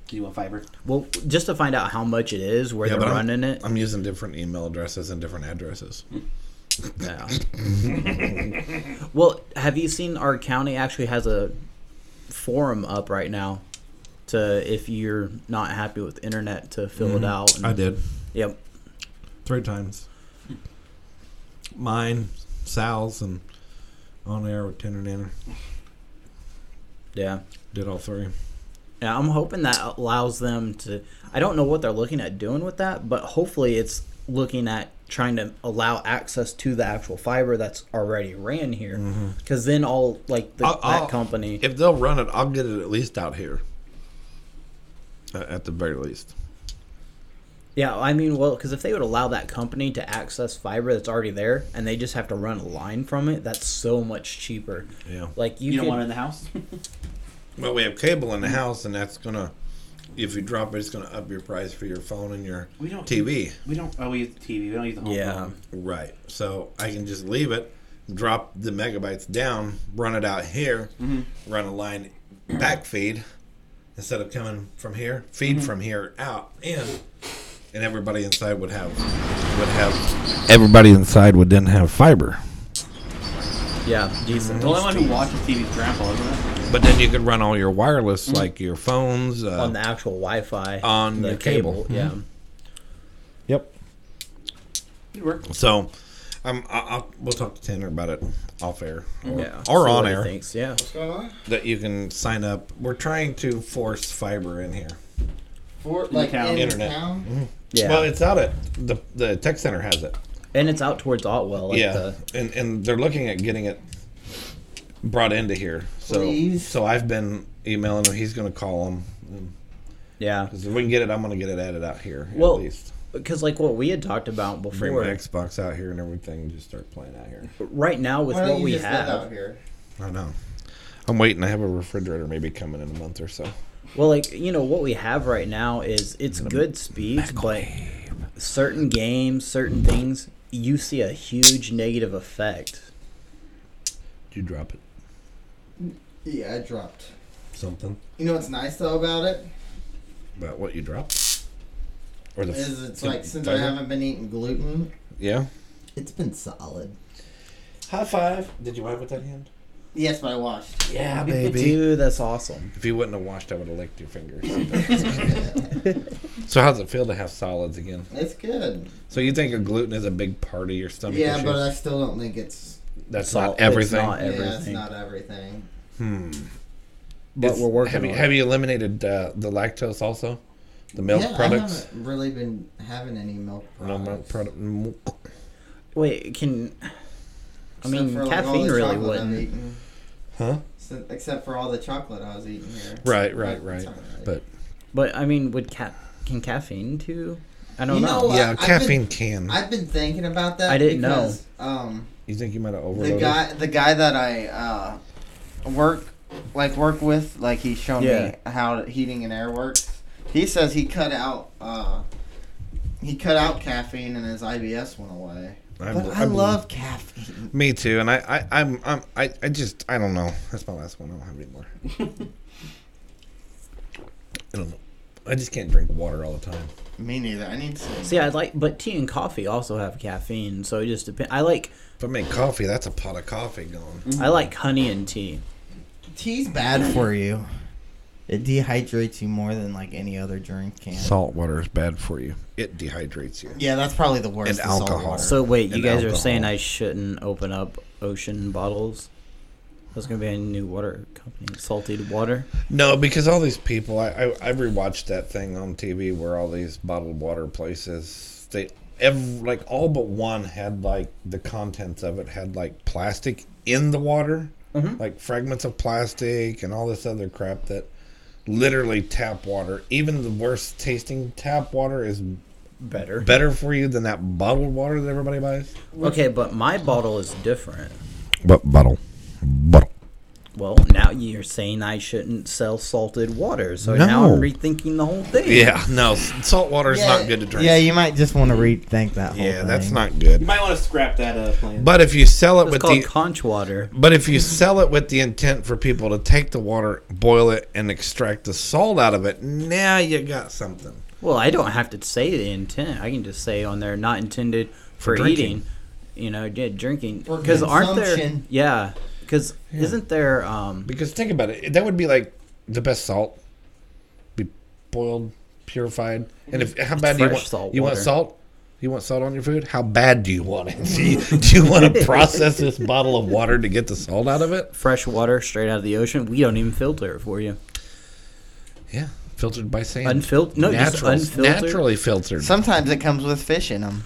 S12: Do you want fiber?
S3: well, just to find out how much it is, where they're
S2: but I'm-
S3: running it.
S2: I'm using different email addresses and different addresses.
S3: Yeah. well, have you seen our county actually has a forum up right now to if you're not happy with internet to fill
S2: Mhm.
S3: it out.
S2: I did.
S3: Yep.
S2: Three times. Mine, Sal's, and on air with Tanner Nanner.
S3: Yeah.
S2: Did all three.
S3: Yeah, I'm hoping that allows them to. I don't know what they're looking at doing with that, but hopefully it's looking at trying to allow access to the actual fiber that's already ran here.
S2: Mm-hmm.
S3: Because then all like the,
S2: I'll- I'll-
S3: that company.
S2: If they'll run it, I'll get it at least out here. Uh, At the very least.
S3: Yeah, I mean, well, because if they would allow that company to access fiber that's already there, and they just have to run a line from it, that's so much cheaper.
S2: Yeah.
S3: Like you,
S12: You, don't
S3: could-
S12: want it in the house?
S2: Well, we have cable in the house, and that's gonna. If you drop it, it's gonna up your price for your phone and your
S12: We don't
S2: TV.
S12: We don't. Oh, we use the TV. We don't use the home phone.
S2: Right. So I can just leave it, drop the megabytes down, run it out here,
S3: Mm-hmm.
S2: run a line back feed instead of coming from here, feed
S3: Mm-hmm.
S2: from here out in, and everybody inside would have would have everybody inside would then have fiber.
S3: yeah, decent.
S12: The only one who watches TV is Grandpa, isn't it?
S2: But then you could run all your wireless like your phones uh,
S3: Mm-hmm. on the actual Wi-Fi
S2: on the cable. Mm-hmm.
S3: Yeah,
S2: Yep.
S12: It worked.
S2: So, um, I, I'll, we'll talk to Tanner about it off air or,
S3: yeah,
S2: or
S3: See
S2: on
S3: what he
S2: air
S3: thinks, Yeah,
S2: that you can sign up. We're trying to force fiber in here.
S8: For, like,
S12: town.
S8: in
S2: Internet.
S8: town?
S3: yeah,
S2: Well, it's out at the the tech center has it.
S3: and it's out towards Otwell. Like
S2: yeah,
S3: the,
S2: and and they're looking at getting it brought into here. So
S8: Please.
S2: so I've been emailing him. He's going to call him.
S3: yeah.
S2: 'Cause if we can get it, I'm going to get it added out here
S3: Well,
S2: at least.
S3: Because like what we had talked about
S2: Bring
S3: before,
S2: my Xbox out here and everything. and Just start playing out here.
S3: right now with
S8: Why don't
S3: what
S8: you
S3: we
S8: just live out
S3: have,
S8: here?
S2: I know. I'm waiting. I have a refrigerator maybe coming in a month or so.
S3: Well, like you know what we have right now is it's good speeds, but certain games, certain things, you see a huge negative effect.
S2: Did you drop it?
S8: Yeah, I dropped.
S2: Something
S8: You know what's nice though about it
S2: about what you dropped? Or the
S8: is it's like since I
S2: fiber?
S8: haven't been eating gluten,
S2: yeah.
S8: it's been solid.
S2: High five! Did you wipe with that hand?
S8: Yes, but I washed.
S2: Yeah, baby.
S3: Dude, that's awesome.
S2: If you wouldn't have washed, I would have licked your fingers. so how's it feel to have solids again?
S8: It's good.
S2: So you think a gluten is a big part of your stomach?
S8: yeah,
S2: issues?
S8: but I still don't think it's.
S2: that's
S3: Salt- it's
S2: not everything.
S3: not
S8: Yeah, it's
S3: Everything.
S8: not everything.
S2: Hmm.
S3: But
S2: It's-
S3: we're working
S2: Have you,
S3: on
S2: have you eliminated uh, the lactose also? The milk
S8: yeah, I
S2: products.
S8: haven't really been having any milk
S2: No
S8: products.
S2: milk product. milk.
S3: Wait, can I mean
S8: Except for, like, all
S3: caffeine
S8: the
S3: really
S8: chocolate I've
S3: wouldn't?
S8: eaten.
S2: Huh?
S8: So- Except for all the chocolate I was eating here.
S2: Right, right,
S8: But it's
S2: right.
S8: alright.
S2: But
S3: But I mean, would cat can caffeine too? I don't
S8: You
S3: know.
S8: know Well,
S2: yeah,
S8: Oh, I've
S2: caffeine can.
S8: I've been thinking about that.
S3: I didn't know.
S8: because, Um,
S2: you think you might have
S8: the
S2: overloaded?
S8: guy, the guy that I uh, work, like work with, like he's shown
S3: Yeah.
S8: me how heating and air works. He says he cut out, uh, he cut out caffeine and his IBS went away.
S2: I
S8: but
S2: bel-
S8: I,
S2: I believe-
S8: love caffeine.
S2: Me too, and I, I, I'm, I'm, I, I just, I don't know. That's my last one. I don't have any more. I don't know. I just can't drink water all the time.
S8: Me neither. I need some.
S3: See, I like, but tea and coffee also have caffeine, so it just depends. I like,
S2: If I make coffee, that's a pot of coffee gone.
S3: I like honey and tea.
S8: Tea's bad for you. It dehydrates you more than like any other drink can.
S2: Salt water is bad for you. It dehydrates you.
S8: Yeah, that's probably the worst.
S2: And
S8: is salt
S2: alcohol.
S8: water.
S3: So wait, you
S2: And
S3: guys are
S2: alcohol.
S3: saying I shouldn't open up ocean bottles? That's gonna be a new water company, salted water.
S2: No, because all these people, I, I, I rewatched that thing on TV where all these bottled water places, they, ev like all but one had like the contents of it had like plastic in the water, like fragments of plastic and all this other crap that literally tap water, even the worst tasting tap water is
S3: Better.
S2: better for you than that bottled water that everybody buys.
S3: Okay, but my bottle is different.
S2: What bottle? Bottle.
S3: Well, now you're saying I shouldn't sell salted water, so now I'm
S2: No.
S3: rethinking the whole thing.
S2: Yeah, no, s- salt water is not good to drink.
S1: Yeah, you might just want to rethink that whole
S2: Yeah, that's
S1: thing.
S2: not good.
S12: You might want to scrap that uh, plan.
S2: But if you sell it
S3: It's
S2: with
S3: called
S2: the
S3: conch water,
S2: but if you sell it with the intent for people to take the water, boil it, and extract the salt out of it, now you got something.
S3: well, I don't have to say the intent. I can just say on there not intended
S2: For
S3: for,
S2: drinking.
S3: eating. You know, yeah, drinking
S1: For
S3: because aren't there?
S1: consumption.
S3: Yeah, because isn't there? Um,
S2: because think about it, that would be like the best salt, be boiled, purified, and if how
S3: It's
S2: bad do you
S3: fresh
S2: want
S3: salt
S2: you want
S3: water.
S2: salt? You want salt on your food? How bad do you want it? Do you, do you want to process this bottle of water to get the salt out of it?
S3: fresh water straight out of the ocean. We don't even filter it for you.
S2: Yeah, filtered by sand.
S3: Unfiltered? No, just
S2: Natural-
S3: unfiltered.
S2: Naturally filtered.
S1: Sometimes it comes with fish in them.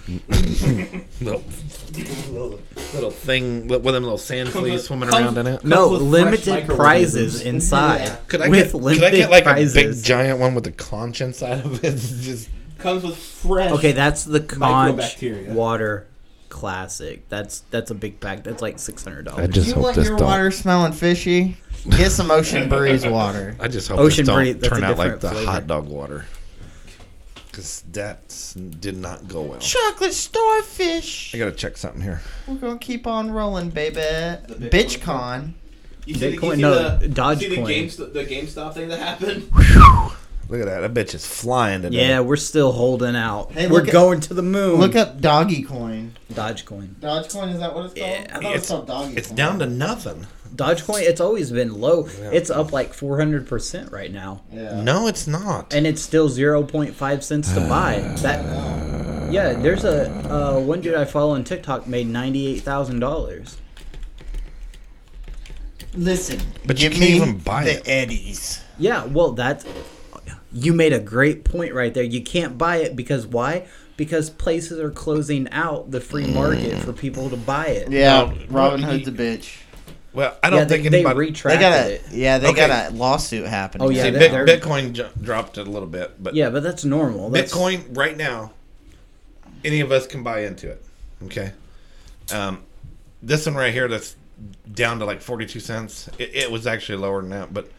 S2: little, little, little thing with with them little sand fleas swimming around in it.
S3: No, limited prizes inside.
S2: Could I
S3: with
S2: get,
S3: limited
S2: could I get like
S3: prizes.
S2: a big giant one with a conch inside of it? Just
S12: Comes with fresh.
S3: Okay, that's the conch
S12: microbacteria.
S3: water classic. That's that's a big pack. That's like six hundred dollars.
S2: I just
S1: you
S2: hope
S1: want
S2: this
S1: your
S2: don't-
S1: water smelling fishy? Get some ocean breeze water.
S2: I just hope
S3: Ocean
S2: this don't
S3: breeze, that's
S2: turn
S3: a
S2: out like
S3: different
S2: the
S3: flavor.
S2: hot dog water. Because that did not go well.
S1: Chocolate starfish.
S2: I gotta check something here.
S1: We're gonna keep on rolling, baby. BitchCon.
S5: You see, the, you
S3: Bitcoin-
S5: see
S3: no,
S5: the,
S3: Dogecoin.
S5: See the, GameStop, the GameStop thing that happened?
S2: Look at that. That bitch is flying today.
S3: Yeah, we're still holding out.
S1: Hey,
S3: we're
S1: look at-
S3: going to the moon.
S1: Look up Doggy Coin.
S3: Dogecoin.
S1: Dogecoin is that what it's called? I thought
S2: It's-
S1: it was called Doggy.
S2: It's down to nothing.
S3: Dogecoin. It's always been low. It's up like four hundred percent right now,
S1: Yeah.
S2: No, it's not.
S3: and it's still zero point five cents to buy. That. Yeah, there's a uh, one dude I follow on TikTok made ninety eight thousand dollars.
S1: Listen,
S2: But you
S1: give
S2: can't
S1: me
S2: even buy
S1: the
S2: it.
S1: eddies.
S3: Yeah, well, that's you made a great point right there. You can't buy it because why? Because places are closing out the free market for people to buy it.
S1: Yeah,
S2: No,
S1: Robin
S2: no,
S1: Hood's a
S2: you-
S1: bitch.
S2: Well, I don't
S3: Yeah,
S2: think
S3: they,
S2: anybody.
S3: they
S1: They
S3: retracted
S1: got a
S3: it.
S1: yeah, they
S2: Okay.
S1: got a lawsuit happening.
S3: Oh, yeah,
S2: See,
S3: they-
S2: Bit-
S3: they're-
S2: Bitcoin ju- dropped it a little bit, but
S3: Yeah, but that's normal. That's,
S2: Bitcoin right now, any of us can buy into it. Okay. Um, this one right here that's down to like 42 cents. It, it was actually lower than that, but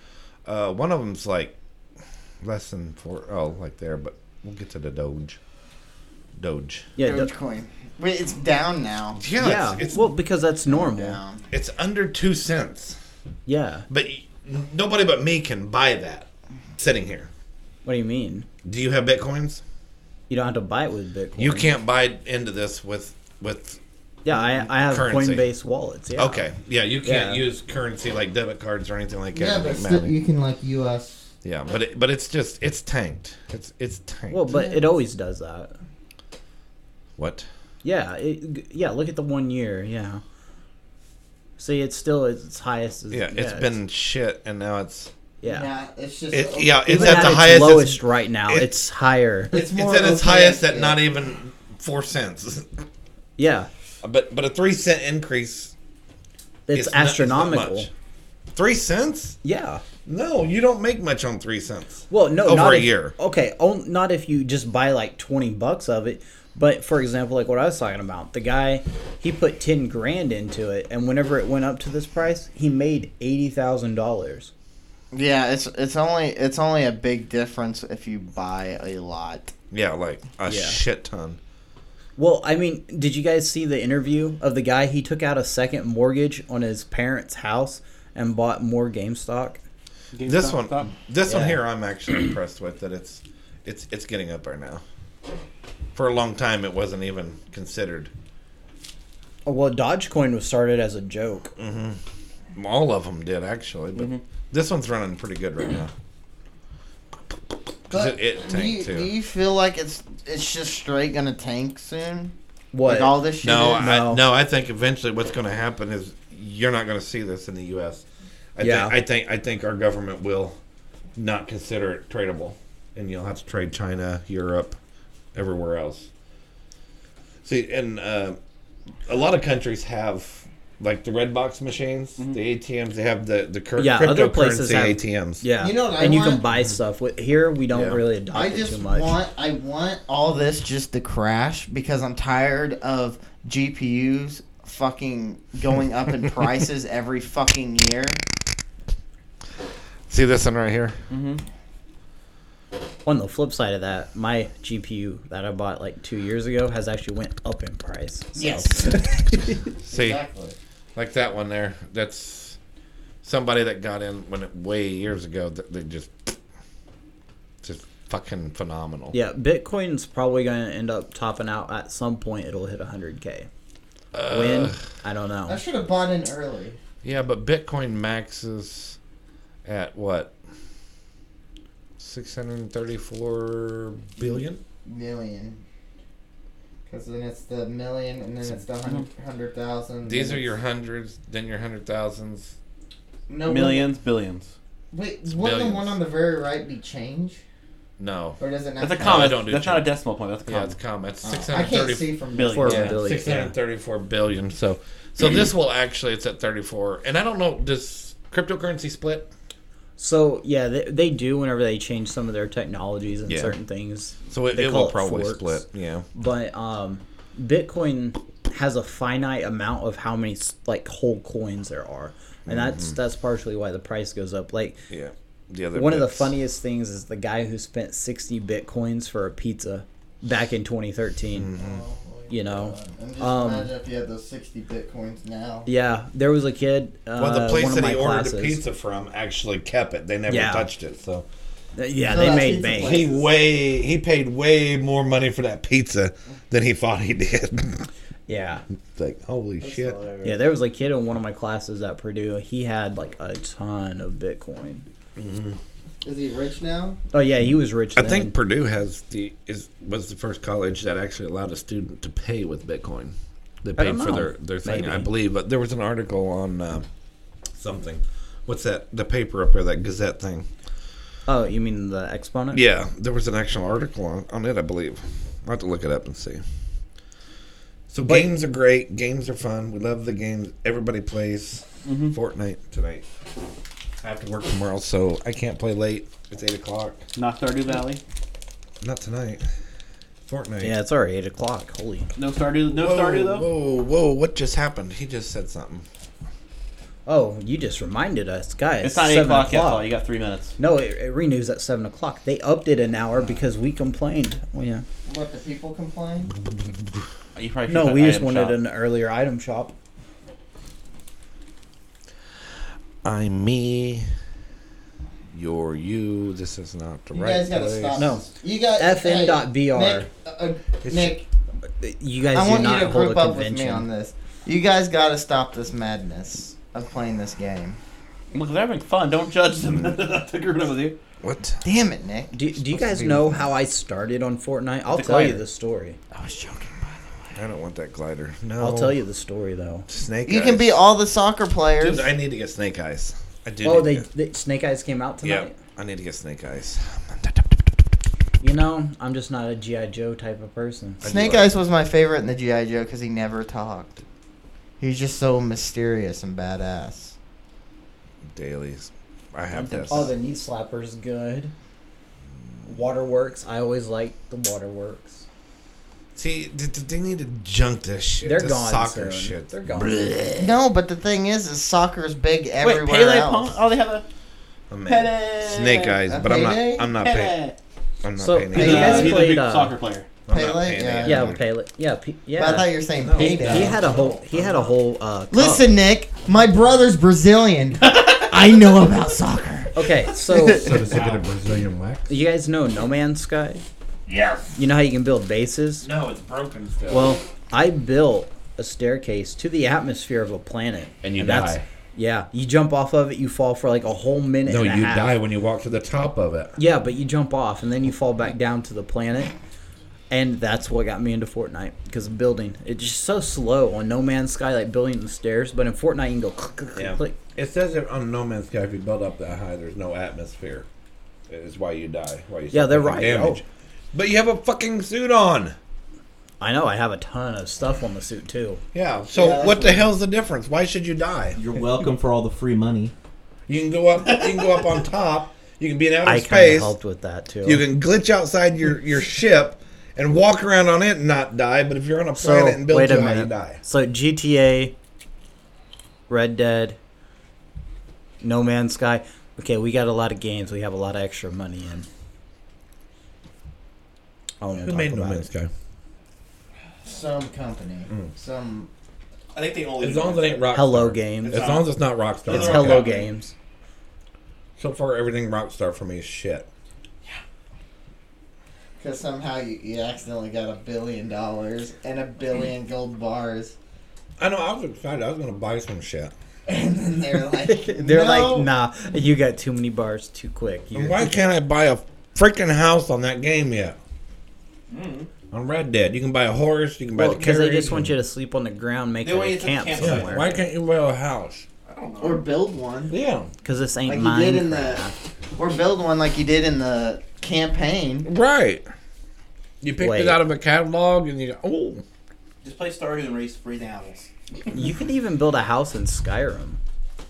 S2: uh, one of them's like less than four, oh, like there, but we'll get to the Doge. Doge.
S3: yeah, th-
S1: Dogecoin. Wait, it's down now.
S2: Yeah.
S3: yeah.
S2: It's, it's,
S3: well, because that's normal.
S1: Down.
S2: it's under two cents,
S3: Yeah.
S2: but y- nobody but me can buy that sitting here.
S3: What do you mean?
S2: Do you have Bitcoins?
S3: You don't have to buy it with Bitcoin.
S2: You can't buy into this with with
S3: Yeah, I, I have
S2: Currency.
S3: Coinbase wallets. Yeah.
S2: Okay. Yeah, you can't
S3: Yeah.
S2: use currency like debit cards or anything like
S1: Yeah,
S2: that.
S1: but
S2: Like
S1: still,
S2: Maui.
S1: you can like U.S.
S2: yeah, but it, but it's just it's tanked. It's it's tanked.
S3: Well, but it always does that.
S2: what?
S3: Yeah. It, yeah. Look at the one year. Yeah. See, it's still its highest. As,
S2: Yeah, it's been shit, and now it's
S3: yeah.
S1: Nah, it's just
S2: it, yeah it's
S3: Even
S2: at the
S3: its
S2: highest. it's-
S3: lowest right now.
S2: it-
S3: it's higher.
S2: It's,
S1: It's more
S2: at its
S1: okay,
S2: highest at
S1: yeah.
S2: not even four cents.
S3: Yeah,
S2: but but a three cent increase.
S3: it's,
S2: not- not
S3: astronomical.
S2: much. Three cents?
S3: yeah.
S2: No, you don't make much on three cents.
S3: Well, no,
S2: Over
S3: not
S2: a
S3: if-
S2: year.
S3: Okay, on, not if you just buy like twenty bucks of it. But for example, like what I was talking about, the guy he put ten grand into it, and whenever it went up to this price, he made eighty thousand dollars.
S1: yeah. It's it's only it's only a big difference if you buy a lot.
S2: Yeah, like a
S3: Yeah.
S2: shit ton.
S3: Well, I mean, did you guys see the interview of the guy? He took out a second mortgage on his parents' house and bought more game stock.
S2: This one, this one here, I'm actually impressed with that. It's, it's, it's getting up right now. For a long time, it wasn't even considered.
S3: Oh, well, Dogecoin was started as a joke.
S2: All of them did actually, but this one's running pretty good right now. 'Cause
S1: But
S2: it, it
S1: do, you,
S2: tanked
S1: do
S2: too.
S1: you feel like it's it's just straight gonna tank soon?
S3: What?
S1: Like all this shit.
S2: No,
S1: is?
S2: I,
S3: No.
S2: no, I think eventually what's going to happen is you're not going to see this in the U.S. I
S3: Yeah.
S2: think, I think I think our government will not consider it tradable, and you'll have to trade China, Europe, everywhere else. See, and uh, a lot of countries have like the red box machines, the ATMs. They have the the cur-
S3: Yeah, other places
S2: cryptocurrency
S3: have-
S2: ATMs.
S3: Yeah,
S1: You know what I
S3: and you can
S1: want?
S3: buy stuff with here. We don't
S2: Yeah.
S3: really adopt
S1: I
S3: it
S1: just
S3: too much.
S1: want I want all this just to crash because I'm tired of GPUs fucking going up in prices every fucking year.
S2: See this one right here?
S3: Mm-hmm. On the flip side of that, my GPU that I bought like two years ago has actually went up in price. so-
S2: See, like that one there. That's somebody that got in when it way years ago. That they just just fucking phenomenal.
S3: Yeah, Bitcoin's probably going to end up topping out at some point. It'll hit 100K. when?
S2: Ugh.
S3: I don't know.
S1: I should have bought in early.
S2: Yeah, but Bitcoin maxes at what? Six hundred thirty-four billion.
S1: Million. Because then it's the million, and then it's the hun- hundred thousand.
S2: Mm-hmm. These
S1: then
S2: are your
S1: it's-
S2: hundreds, then your hundred thousands.
S1: No, wait-
S12: Millions, billions.
S1: Wait,
S2: It's
S1: wouldn't the
S2: billions.
S1: one on the very right be change?
S2: No.
S1: Or does it not
S12: That's a
S1: count?
S12: comma.
S2: I don't do
S12: That's not a
S2: change.
S12: decimal point. That's a comma.
S2: Yeah, it's common. It's
S1: Oh.
S2: six
S1: I
S2: hundred
S1: can't see from
S2: thirty
S1: Billion.
S3: Four
S2: Yeah,
S3: billion,
S2: six hundred thirty-four billion. So, so this will actually it's at thirty-four. And I don't know. Does cryptocurrency split?
S3: So, yeah, they, they do whenever they change some of their technologies and
S2: Yeah.
S3: certain things.
S2: So it,
S3: They
S2: it
S3: call
S2: will probably
S3: forks.
S2: split. Yeah.
S3: But um, Bitcoin has a finite amount of how many like whole coins there are, and that's that's partially why the price goes up. Like
S2: Mm-hmm. Yeah. The other
S3: one of the
S2: bits.
S3: funniest things is the guy who spent sixty bitcoins for a pizza back in 2013.
S2: Mm-hmm.
S3: You know,
S1: And just
S3: um,
S1: imagine if you had those sixty bitcoins now.
S3: yeah, there was a kid. Uh,
S2: Well, the place
S3: one of
S2: that
S3: my
S2: he ordered
S3: classes.
S2: the pizza from actually kept it. They never
S3: Yeah.
S2: touched it. So
S3: Uh, Yeah,
S1: So
S3: they
S1: Oh, that
S3: made
S1: pizza
S3: bank.
S1: place-
S2: he way he paid way more money for that pizza than he thought he did.
S3: Yeah,
S2: It's like holy shit.
S3: yeah, there was a kid in one of my classes at Purdue. He had like a ton of bitcoin.
S1: Is he rich now?
S3: Oh yeah, he was rich.
S2: I
S3: then.
S2: think Purdue has the is was the first college that actually allowed a student to pay with Bitcoin. They
S3: don't
S2: paid for
S3: know.
S2: their their thing, I
S3: Maybe.
S2: believe. But there was an article on uh, something. What's that? The paper up there, that Gazette thing.
S3: Oh, you mean the exponent?
S2: Yeah, there was an actual article on, on it, I believe. I'll have to look it up and see. So
S3: But-
S2: games are great. Games are fun. We love the games. Everybody plays Fortnite tonight. I have to work tomorrow, so I can't play late. It's eight o'clock.
S12: Not Stardew Valley.
S2: Not tonight. Fortnite.
S3: Yeah, it's already eight o'clock. Holy.
S12: No Stardew. No
S2: whoa,
S12: Stardew though.
S2: Whoa, whoa! What just happened? He just said something.
S3: Oh, you just reminded us, guys.
S12: It's not eight
S3: seven
S12: o'clock yet. Paul. You got three minutes.
S3: no, it, it renews at seven o'clock. They upped it an hour because we complained. Oh yeah.
S1: What the people complain?
S12: You probably should
S3: No,
S12: put
S3: we just
S12: item
S3: wanted
S12: shop.
S3: an earlier item shop.
S2: I'm me. You're you. This is not the
S1: You
S2: right
S1: guys gotta
S2: place.
S1: stop.
S3: No.
S1: this. You got
S3: FM dot
S1: hey,
S3: BR.
S1: Nick, uh, uh, Nick
S3: You guys
S1: I
S3: do
S1: want
S3: not
S1: you to
S3: hold
S1: group
S3: a
S1: up with me
S3: convention.
S1: on this. You guys gotta stop this madness of playing this game.
S12: Look, they're having fun. Don't judge them.
S3: Mm-hmm.
S12: I took it with you.
S2: What?
S1: Damn it, Nick.
S3: Do, do you guys know how I started on Fortnite? I'll
S12: The
S3: tell you
S12: glider.
S3: the story.
S2: I was joking, by the way. I don't want that glider. No.
S1: Oh.
S3: I'll tell you the story though.
S2: Snake.
S1: You can
S2: eyes.
S1: be all the soccer players.
S2: Dude, I need to get snake eyes. I do.
S3: Oh,
S2: need
S3: they,
S2: To get,
S3: they Snake Eyes came out
S2: yeah.
S3: tonight.
S2: I need to get snake eyes.
S3: You know, I'm just not a GI Joe type of person.
S1: Snake Eyes was my favorite in the GI Joe because he never talked. He's just so mysterious and badass.
S2: Dailies. I have this.
S3: Oh, the knee slapper's good. Waterworks. I always like the waterworks.
S2: See, th- th- they need to junk this shit.
S3: They're
S2: this
S3: gone.
S2: Soccer
S3: soon.
S2: shit.
S3: They're gone.
S1: No, but the thing is, is soccer's big
S12: Wait,
S1: everywhere
S12: Pele
S1: else.
S12: Pong? Oh, they have a
S2: I'm
S12: Pele.
S2: Snake eyes,
S1: A
S2: but I'm not.
S1: payday?
S2: I'm not paying.
S12: Pele.
S2: I'm not
S3: So-
S2: paying.
S3: Hey,
S12: He's
S3: you guys
S12: a- he's a
S3: played,
S12: big
S3: uh,
S12: soccer player.
S2: I'm not
S1: Pele?
S2: paying
S1: Yeah.
S3: Yeah,
S2: anymore.
S3: Pele. Yeah, P- yeah.
S1: But I thought you were saying
S2: No.
S3: he,
S1: payday.
S3: he had a whole. He had a whole. Uh, cup.
S8: Oh.
S1: Listen, Nick, my brother's Brazilian. I know about soccer.
S3: Okay, so
S2: So does he get a Brazilian wax?
S3: you guys know No Man's Sky.
S4: Yes.
S3: You know how you can build bases.
S4: No, it's broken still.
S3: Well, I built a staircase to the atmosphere of a planet,
S4: And you
S3: that's-
S4: die.
S3: Yeah, you jump off of it. You fall for like a whole minute.
S2: No,
S3: and a
S2: you
S3: half.
S2: die when you walk to the top of it.
S3: Yeah, but you jump off and then you fall back down to the planet. And that's what got me into Fortnite because building. It's just so slow on No Man's Sky, like building the stairs. But in Fortnite, you can go click, click, click, click.
S2: It says it on No Man's Sky if you build up that high, there's no atmosphere. It's why you die. Why you
S3: Yeah,
S2: suffer
S3: they're
S2: from
S3: right. Oh.
S2: Damage. But you have a fucking suit on.
S3: I know I have a ton of stuff on the suit too.
S2: Yeah. So what the hell's the difference? Why should you die?
S12: You're welcome for all the free money.
S2: You can go up. You can go up on top. You can be in outer
S3: I kind of
S2: space.
S3: helped with that too.
S2: You can glitch outside your your ship and walk around on it and not die. But if you're on a planet and built too high, you die.
S3: So GTA, Red Dead, No Man's Sky. Okay, we got a lot of games. We have a lot of extra money in. I don't wanna
S2: Who
S3: talk
S2: made No
S3: about
S2: Man's
S3: it.
S2: Sky?
S8: Some company.
S3: Mm.
S8: Some.
S12: I think they only.
S2: As long as it ain't Rockstar.
S3: Hello Games.
S2: As long as it's not Rockstar.
S3: It's
S2: I'm
S3: Hello
S2: okay.
S3: Games.
S2: So far, everything Rockstar for me is shit.
S8: Because somehow you, you accidentally got a billion dollars and a billion gold bars.
S2: I know. I was excited. I was gonna buy some shit.
S8: And then they're like,
S3: They're
S8: "No."
S3: like, nah, you got too many bars too quick.
S2: And
S3: You're-
S2: why can't I buy a freaking house on that game yet? On Red Dead, you can buy a horse. You can buy
S3: Well,
S2: the
S3: because
S2: carriage.
S3: they just want you to sleep on the ground, make
S12: They want
S3: a
S12: you to
S3: camp,
S12: camp
S2: Yeah,
S3: somewhere.
S2: Why can't you buy a house?
S8: Or build one.
S2: Yeah.
S3: Because this
S8: Like
S3: ain't
S8: you did in
S3: mine.
S8: the. Or build one like you did in the campaign.
S2: Right. You picked
S3: Wait.
S2: it out of a catalog, and you go, oh,
S12: Just play Stardew and raise free animals.
S3: You can even build a house in Skyrim.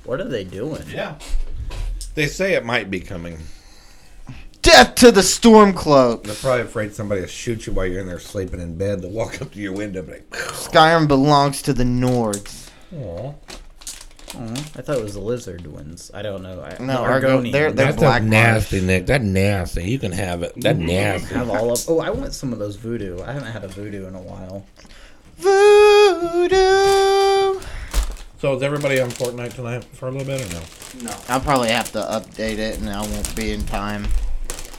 S3: What are they doing?
S12: Yeah.
S2: they say it might be coming.
S8: Death to the Stormcloak.
S2: They're probably afraid somebody will shoot you while you're in there sleeping in bed. They'll walk up to your window and be like,
S8: Skyrim belongs to the Nords.
S2: Aw.
S3: Aw, Mm-hmm. I thought it was the lizard ones. I don't know. I,
S8: No, Argo- they're- they're
S2: That's
S8: black
S2: a Mm-hmm. nasty, Nick. That nasty. You can have it. That nasty.
S3: have all of. Oh, I want some of those voodoo. I haven't had a voodoo in a while.
S8: Voodoo.
S2: So is everybody on Fortnite tonight for a little bit or no?
S12: No.
S8: I'll probably have to update it, and I won't be in time.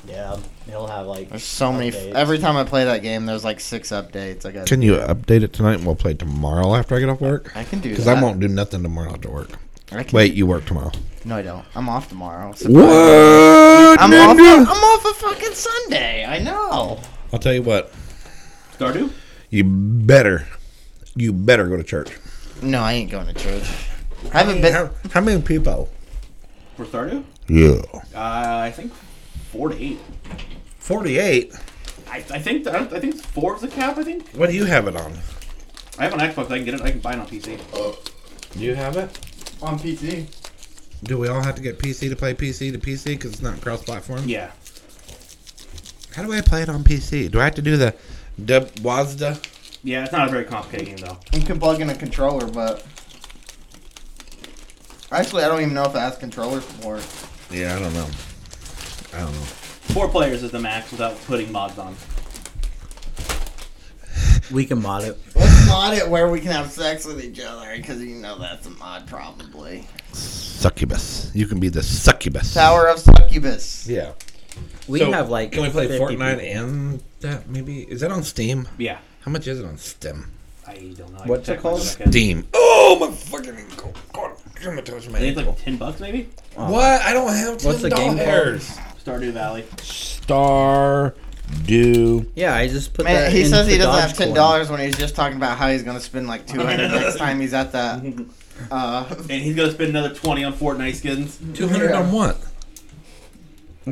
S3: Yeah, they'll have like.
S8: There's so many. F-
S3: updates.
S8: every time I play that game, there's like six updates. I got.
S2: Can you update it tonight and we'll play tomorrow after I get off work?
S8: I can do
S2: Because
S8: that.
S2: I won't do nothing tomorrow after work.
S8: I can,
S2: Wait, you work tomorrow.
S8: No, I don't. I'm off tomorrow. So
S2: What?
S8: I'm off. I'm off a fucking Sunday. I know.
S2: I'll tell you what.
S12: Stardew?
S2: You better, you better go to church.
S8: No, I ain't going to church. I haven't been.
S2: How, how many people?
S12: For Stardew?
S2: Yeah.
S12: Uh, I think four to eight.
S2: 48?
S12: I, I think I, don't- I think four is the cap. I think
S2: What do you have it on?
S12: I have an Xbox. I can get it. I can buy it on PC.
S2: Do you have it?
S8: On PC.
S2: Do we all have to get PC to play PC to PC because it's not cross platform?
S12: Yeah.
S2: How do I play it on PC? Do I have to do the dub WASDA?
S12: Yeah, it's not a very complicated game though.
S8: You can plug in a controller, but actually, I don't even know if it has controller support.
S2: Yeah, I don't know. I don't know.
S12: Four players is the max without putting mods on.
S3: We can mod it.
S8: Let's mod it where we can have sex with each other, because you know that's a mod probably.
S2: Succubus. You can be the succubus.
S8: Tower of Succubus.
S2: Yeah.
S3: We
S2: So,
S3: have like.
S2: Can we play
S3: 50
S2: Fortnite
S3: people.
S2: and that? Maybe is that on Steam?
S12: Yeah.
S2: How much is it on Steam?
S12: I don't know. I
S3: What's
S12: can
S3: it
S12: check my
S3: called?
S12: back end.
S2: Steam. Oh my fucking ankle! God, I'm gonna touch my
S12: I think it's
S2: ankle.
S12: like ten bucks maybe.
S2: What? I don't have ten
S3: What's the game
S2: dollars.
S12: Stardew Valley.
S2: Star do.
S3: Yeah, I just put
S8: Man,
S3: that.
S8: he
S3: in
S8: says
S3: for
S8: he doesn't have
S3: Dogecoin.
S8: ten dollars when he's just talking about how he's gonna spend like two hundred next time he's at that. Uh,
S12: And he's gonna spend another twenty on Fortnite skins.
S2: Two hundred
S8: Yeah.
S2: on what?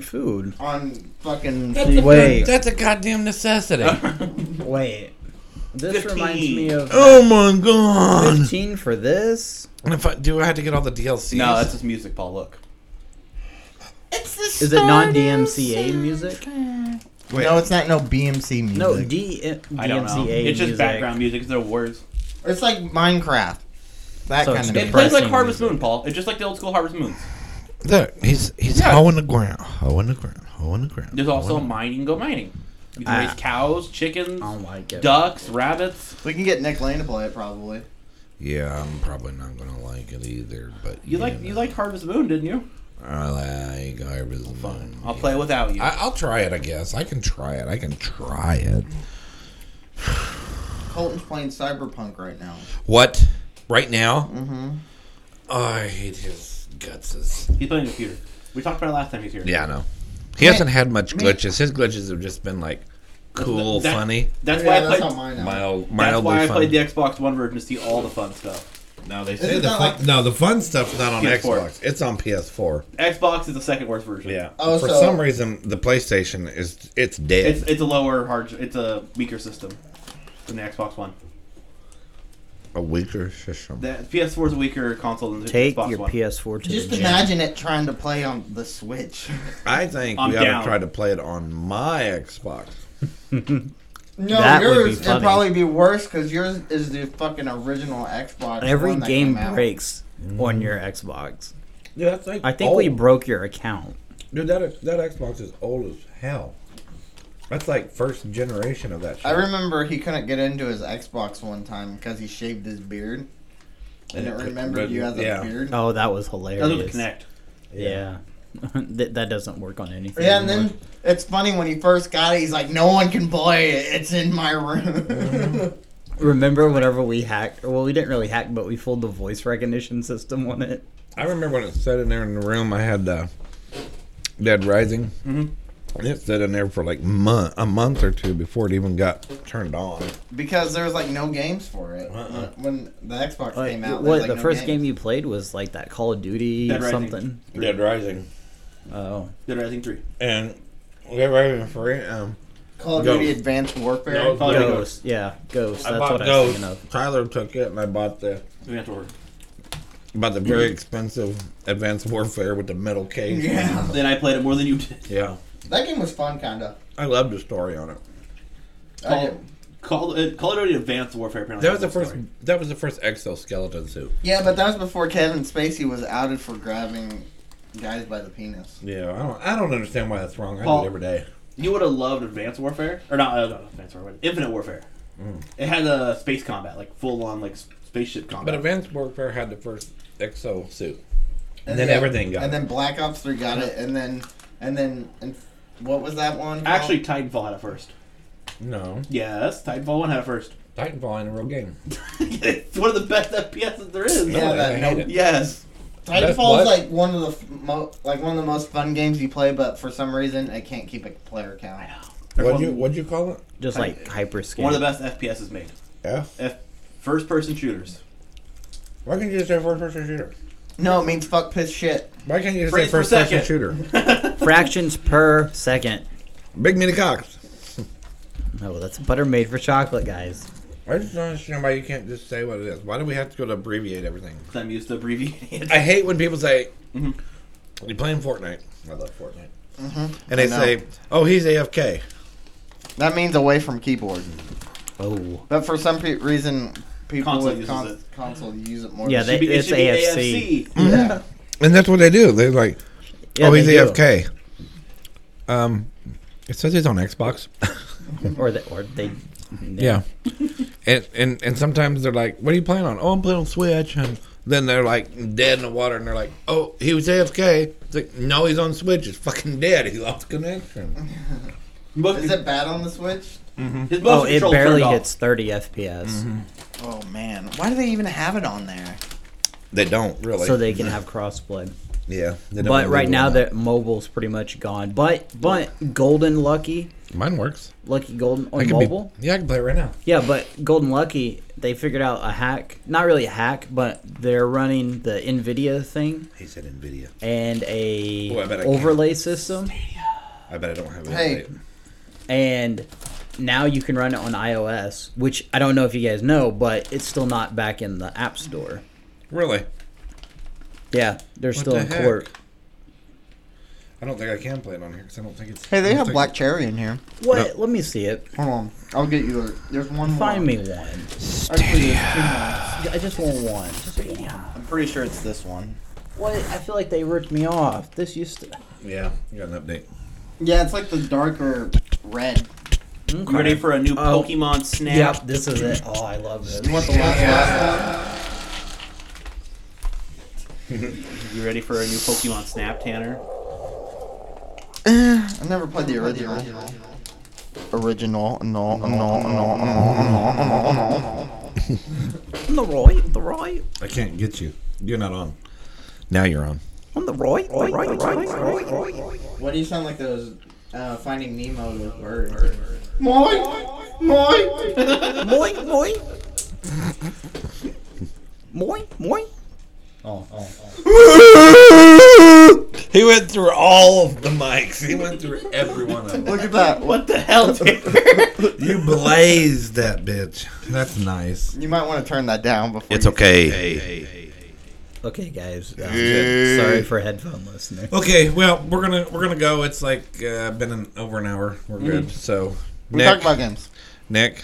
S3: Food.
S8: on fucking.
S2: That's a,
S3: Wait.
S2: that's a goddamn necessity.
S3: Wait. This reminds
S12: 15.
S3: me of
S2: oh my god!
S3: 15 for this.
S2: And if I, do I have to get all the DLCs?
S12: No, that's just music, Paul. Look.
S3: Is it non DMCA music?
S2: Wait.
S8: No, it's not no BMC music.
S3: No, D- DMCA
S12: I don't know. It's just
S3: music.
S12: background music. There's no words.
S8: it's like Minecraft. That
S3: So
S8: kind
S3: it's
S8: of.
S3: good.
S12: It
S8: music.
S12: plays like
S3: Depressing
S12: Harvest
S3: music.
S12: Moon, Paul. It's just like the old school Harvest Moon.
S2: Look, he's he's
S12: Yeah.
S2: hoeing the ground, hoeing the ground, hoeing the ground.
S12: There's also
S2: hoeing the-
S12: mining. Go mining. You can
S3: Ah.
S12: raise cows, chickens,
S3: I don't like it.
S12: ducks, rabbits.
S8: We can get Nick Lane to play it probably.
S2: Yeah, I'm probably not gonna like it either. But
S12: You like you
S2: know,
S12: like Harvest Moon, didn't you?
S2: I like Harvest Moon.
S12: I'll play without you.
S2: I, I'll try it. I guess I can try it. I can try it.
S8: Colton's playing Cyberpunk right now.
S2: What? Right now?
S8: Mhm.
S2: Oh, I hate his guts.
S12: He's playing the computer. We talked about it last time he's here.
S2: Yeah, I know. He
S8: Man-
S2: hasn't had much
S8: man-
S2: glitches. His glitches have just been like
S12: That's-
S2: cool,
S12: that-
S2: funny,
S12: That's
S8: Yeah,
S12: why I
S8: that's
S12: played.
S8: how mine. are.
S2: mild,
S12: That's
S2: mildly
S12: why I
S2: funny.
S12: played the Xbox One version to see all the fun stuff.
S2: no, they
S8: Isn't the that fun- like-
S2: no, the fun stuff's not on
S12: PS4.
S2: Xbox. It's on PS4.
S12: Xbox is the second worst version.
S8: Oh,
S2: For
S8: so-
S2: some reason, the PlayStation is it's dead.
S12: It's it's a lower hard. It's a weaker system than the Xbox One.
S2: a weaker system.
S12: The PS4 is a weaker console than the
S3: Take
S12: Xbox
S3: your
S12: One.
S3: PS4 to
S8: Just
S3: the gym.
S8: imagine it trying to play on the Switch.
S2: I think
S12: I'm
S2: we ought
S12: down.
S2: to try to play it on my Xbox.
S8: No,
S3: That would be
S8: yours would
S3: funny.
S8: probably be worse because yours is the fucking original Xbox.
S3: Every
S8: one that
S3: game
S8: came out.
S3: breaks on your Xbox.
S2: Dude, that's like
S3: I think we
S8: Oh.
S2: old.
S3: broke your account.
S2: Dude, that that Xbox is old as hell. That's like first generation of that shit.
S8: I remember he couldn't get into his Xbox one time because he shaved his beard. And it remembered you as a beard.
S3: Oh, that was hilarious.
S8: Kinect.
S3: Yeah. that, that doesn't work on anything.
S8: Yeah, and
S3: anymore.
S8: then it's funny when he first got it, he's like, "No one can play it. It's in my room."
S3: Remember whenever we hacked? Well, we didn't really hack, but we fooled the voice recognition system on it.
S2: I remember when it said in there in the room, I had uh, Dead Rising. And it sat in there for like month, a month or two before it even got turned on.
S8: because there was like no games for it when the Xbox
S3: Like,
S8: came out. there
S3: what
S8: was, like,
S3: the
S8: no
S3: first
S8: games.
S3: game you played was like that Call of Duty
S2: Dead
S3: or
S2: Rising.
S3: something.
S2: Dead Rising.
S3: Oh,
S12: Dead Rising three.
S2: And Dead Rising free. Um,
S8: Call of
S2: Ghost.
S8: Duty Advanced Warfare.
S2: No,
S12: Oh,
S2: Call of Duty
S3: Ghost. Yeah, Ghost.
S2: I
S3: That's
S2: bought
S3: what I was
S2: Ghost.
S3: thinking of.
S2: Tyler took it, and I bought the
S12: Advanced Warfare.
S2: Bought the very expensive Advanced Warfare with the metal case.
S8: Yeah.
S12: Then I played it more than you did.
S2: Yeah.
S8: That game was fun, kinda.
S2: I loved the story on it.
S8: I
S12: Call, call, uh, Call of Duty Advanced Warfare. Apparently
S2: That was the
S12: has
S2: first.
S12: story.
S2: That was the first exoskeleton suit.
S8: Yeah, but that was before Kevin Spacey was outed for grabbing guys by the penis.
S2: Yeah, I don't. I don't understand why that's wrong. I
S12: Paul-
S2: do it every day.
S12: You would have loved Advanced Warfare, or not, uh, not Advanced Warfare, Infinite Warfare.
S2: Mm.
S12: It had uh, space combat, like full on like s- spaceship
S2: But
S12: combat.
S2: Advanced Warfare had the first exo suit, and, then
S8: yeah,
S2: everything got.
S8: And
S2: it.
S8: then Black Ops Three got it, and then and then and what was that one? called?
S12: Actually, Titanfall had it first.
S2: no,
S12: Yes, Titanfall one had it first.
S2: Titanfall in a real game.
S12: it's one of the best FPS that there is.
S8: Yeah,
S2: No, I
S8: that
S2: hate
S8: nope.
S2: it.
S12: Yes.
S2: That's
S8: Titanfall
S2: what-
S8: is like one of the f- mo- like one of the most fun games you play, but for some reason it can't keep a player count.
S2: What'd you What'd you call it?
S3: Just like hyper scan.
S12: One of the best FPSs made.
S2: Yeah.
S12: F- first person shooters.
S2: Why can't you just say first person shooter?
S8: No, it means fuck piss shit.
S2: Why can't you just
S12: Freeze
S2: say
S12: for a
S2: first person
S12: second.
S2: shooter?
S3: fractions per second.
S2: Big meaty cocks.
S3: Oh, that's butter made for chocolate, guys.
S2: I just don't understand why you can't just say what it is. Why do we have to go to abbreviate everything?
S12: 'Cause I'm used to abbreviating it.
S2: I hate when people say, "You playing Fortnite?" Mm-hmm. I love Fortnite. And
S8: I
S2: they
S8: know.
S2: say, "Oh, he's AFK."
S8: that means away from keyboard.
S3: Oh,
S8: But for some pe- reason, people
S12: Console
S8: with
S12: uses
S8: con-
S12: it.
S8: console use it more.
S3: Yeah,
S8: than-
S3: they- it's AFC.
S8: yeah.
S2: And that's what they do. They're like,
S3: Yeah,
S2: "Oh, he's
S3: they do.
S2: AFK." Um, it says he's on Xbox.
S3: or they, or they. they-
S2: Yeah. and, and and sometimes they're like, "What are you playing on?" "Oh, I'm playing on Switch." And then they're like dead in the water, and they're like, "Oh, he was AFK." It's like, "No, he's on Switch. He's fucking dead. He lost connection."
S12: Most,
S8: Is it bad on the Switch?
S12: his motion
S3: Oh, it
S12: control
S3: barely
S12: turned off.
S3: hits 30 FPS,
S2: Mm-hmm.
S8: Oh man, why do they even have it on there?
S2: They don't really.
S3: so they can have crossplay.
S2: yeah. They don't
S3: But
S2: really
S3: right
S2: do
S3: now,
S2: that.
S3: the mobile's pretty much gone. But but Golden Lucky,
S2: mine works.
S3: Lucky Golden
S2: I
S3: on
S2: can be-
S3: mobile.
S2: yeah, I can play it right now.
S3: Yeah, but Golden Lucky, they figured out a hack. Not really a hack, but they're running the NVIDIA thing
S2: He said Nvidia.
S3: and a
S2: Boy, I bet I can.
S3: overlay system,
S2: I bet I don't have it.
S8: Hey.
S3: and now you can run it on iOS, which I don't know if you guys know, but it's still not back in the App Store.
S2: Really?
S3: Yeah, they're still
S2: the
S3: in
S2: heck?
S3: court.
S2: I don't think I can play it on here because I don't think it's.
S8: Hey,
S2: I
S8: they
S2: don't
S8: have
S2: think-
S8: Black Cherry in here.
S3: What? Let me see it.
S8: Hold on, I'll get you. A, there's one.
S3: Find me
S8: more.
S3: one.
S8: Actually, there's two more.
S3: I just want one. Just one.
S8: I'm pretty sure it's this one.
S3: What? I feel like they ripped me off. This used to.
S2: Yeah, you got an update.
S8: Yeah, it's like the darker red.
S12: You ready for a new
S3: Oh.
S12: Pokemon Snap?
S3: Yep, this is it. Oh, I love this.
S8: You want the last, last one?
S12: You ready for a new Pokemon Snap, Tanner?
S8: I never played the original. Original, no, no, no, no, no, no, no.
S3: I'm the right, the right,
S2: I can't get you. You're not on. Now you're on.
S3: I'm the right, the right, the right, the right, the right.
S8: What do you sound like those uh, Finding Nemo with birds? Moink! Moink!
S3: Moink, moink. Moink, moink. Oh, oh, oh.
S2: He went through all of the mics. He went through every one of them.
S8: Look at that. What?
S12: What the hell, Tanner?
S2: You blazed that bitch. That's nice.
S8: You might want to turn that down before. you-
S2: okay.
S3: Okay, guys.
S2: good.
S3: Sorry for headphone listener.
S2: Okay. Well, we're gonna we're gonna go. It's like uh, been an, over an hour. We're good. So,
S8: Mm-hmm. We
S2: Nick,
S8: talk about games.
S2: Nick,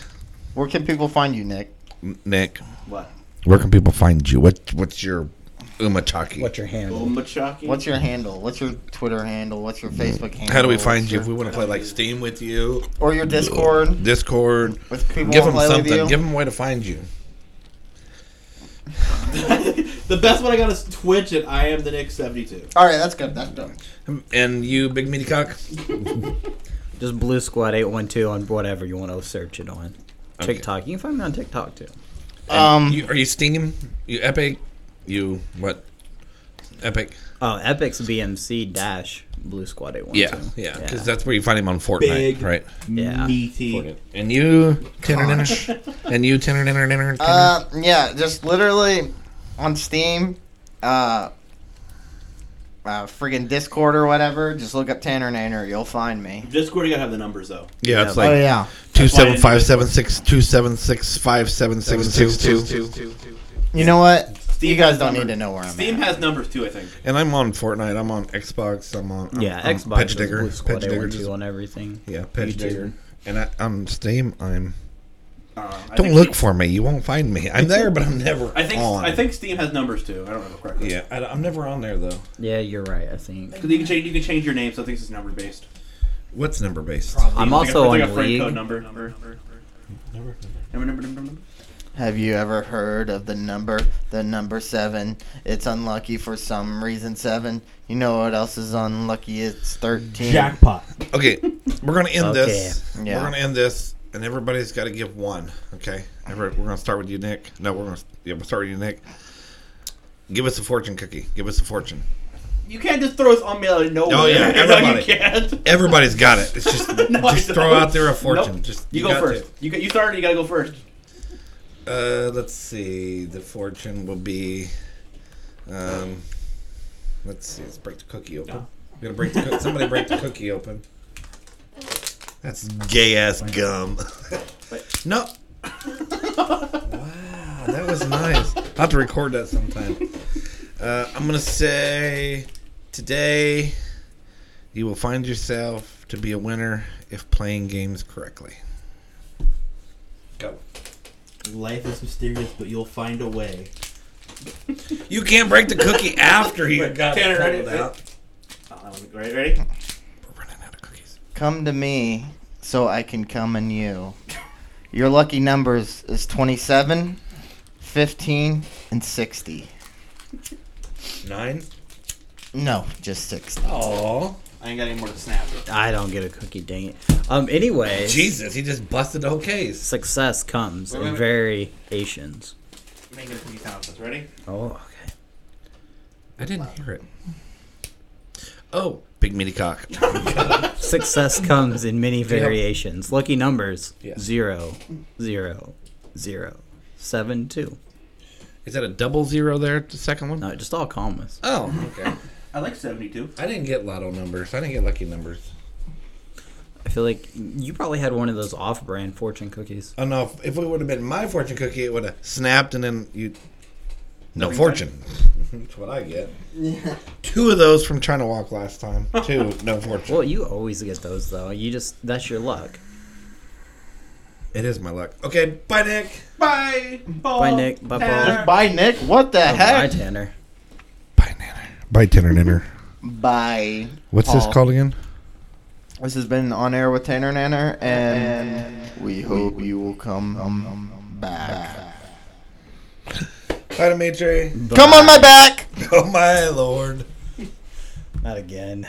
S8: Where can people find you, Nick?
S2: M- Nick,
S12: what?
S2: where can people find you? What what's your Umachaki.
S3: What's your handle?
S12: Oh Umachaki.
S8: What's your handle? What's your Twitter handle? What's your Facebook handle?
S2: How do we find
S8: What's
S2: you
S8: your-
S2: if we want to play like Steam with you
S8: Or your Discord.
S2: Discord?
S8: If people
S2: Give
S8: wanna
S2: them
S8: play with you.
S2: something. Give them a way to find you.
S12: The best one I got is Twitch at I am the Nick seventy two.
S8: All right, that's good. That's good.
S2: And you, big meaty cock.
S3: Just Blue Squad 812 on whatever you want to search it on.
S2: Okay.
S3: TikTok. You can find me on TikTok too.
S2: Um, you, are you Steam? You Epic? You what? Epic.
S3: Oh, Epic's BMC dash Blue Squad 812.
S2: Yeah, yeah, because that's where you find him on Fortnite,
S3: Big
S2: right?
S3: Yeah. meaty.
S2: Fortnite. And you, tenor, dinner,
S8: Gosh.
S2: and you, tenor, dinner, dinner, tenor.
S8: Uh, yeah, just literally on Steam, uh, uh, friggin' Discord or whatever. Just look up Tanner Nanner, you'll find me.
S12: Discord, you gotta have the numbers though.
S2: yeah, it's like
S8: Oh, yeah.
S2: two seven five seven six two seven six five seven seven six two.
S8: You know what? you guys don't need to know where I'm
S12: Steam has numbers too, I think.
S2: And I'm on Fortnite. I'm on Xbox. I'm on I'm,
S3: Yeah,
S2: I'm
S3: Xbox
S2: Pedge
S3: is
S2: Um, Digger.
S3: Blue Squad
S2: Pedge Digger
S3: 812
S2: just-
S3: on everything.
S2: yeah, Pedge
S3: YouTube.
S2: Digger. And I, I'm Steam. I'm.
S12: Uh, I
S2: don't
S12: think
S2: look for me. You won't find me. I'm there, but I'm never
S12: I think
S2: on.
S12: I think Steam has numbers too. I don't have a correct.
S2: Yeah, I, am never on there though.
S3: Yeah, you're right. I think.
S12: Because you can change you can change your name, so I think it's number based.
S2: What's number based?
S3: I'm
S12: Like a-
S3: also
S12: like a
S3: on
S12: friend
S3: League.
S12: Code number. Number. Number. Number. Number. Number.
S8: Have you ever heard of the number, the number seven? It's unlucky for some reason, seven. You know what else is unlucky? It's 13.
S2: Okay, we're gonna end this.
S8: Okay. Yeah.
S2: We're gonna end this, and everybody's got to give one. Okay, Every, we're gonna start with you, Nick. No, we're gonna yeah, we'll start with you, Nick. Give us a fortune cookie. Give us a fortune.
S12: You can't just throw us on me out of nowhere.
S2: Oh yeah,
S12: No, you
S2: everybody.
S12: can't.
S2: Everybody's got it. It's just
S12: No, I
S2: just
S12: don't.
S2: throw out there a fortune.
S12: Nope.
S2: Just
S12: you, go
S2: got
S12: first. You go, you started. You gotta go first.
S2: to. Uh, let's see. The fortune will be. Um, let's see. Let's break the cookie open. We're gonna break the cook somebody break the cookie open. That's gay ass gum. no. wow, that was nice. I'll have to record that sometime. Uh, I'm gonna say today you will find yourself to be a winner if playing games correctly. Go.
S5: Life is mysterious, but you'll find a way.
S2: You can't break the cookie after you
S12: Wait,
S2: got
S12: Tanner,
S2: Tanner,
S12: ready?
S2: Oh pulled out.
S12: Right, Uh, ready?
S8: Come to me so I can come in you. Your lucky numbers is 27, 15, and 60.
S2: Nine.
S8: No, just 60.
S2: Oh.
S12: I ain't got any more to snap.
S3: I don't get a cookie, dang it. Um. Anyway,
S2: Jesus, he just busted the whole case.
S3: success comes
S12: Wait, wait,
S3: in
S12: wait.
S3: variations.
S12: Make it a cookie contest. Ready?
S3: Oh,
S2: I didn't hear it. Oh, big meaty cock.
S3: Success comes in many variations. Lucky numbers
S2: Yeah.
S3: zero, zero, zero, seven, two.
S2: Is that a double zero there? The second one?
S3: No, just all commas.
S2: Oh, okay.
S12: I like seventy-two.
S2: I didn't get lotto numbers. I didn't get lucky numbers.
S3: I feel like you probably had one of those off-brand fortune cookies.
S2: Oh no! If, if it would have been my fortune cookie, it would have snapped, and then you. No fortune. That's what I get. Two of those from China Walk last time. Two, no fortune.
S3: Well, you always get those though. You just that's your luck.
S2: It is my luck. Okay, bye, Nick.
S12: Bye.
S3: Bye, Nick. Bye, Paul.
S8: Bye, Nick. What the
S3: Bye,
S8: heck?
S3: Tanner.
S2: Bye, Tanner Ninner.
S8: Bye.
S2: What's this
S8: Paul.
S2: called again?
S8: This has been On Air with Tanner Nanner, and we hope you will come back.
S2: Hi, Dimitri.
S8: Come on my back!
S2: Oh my lord.
S3: Not again.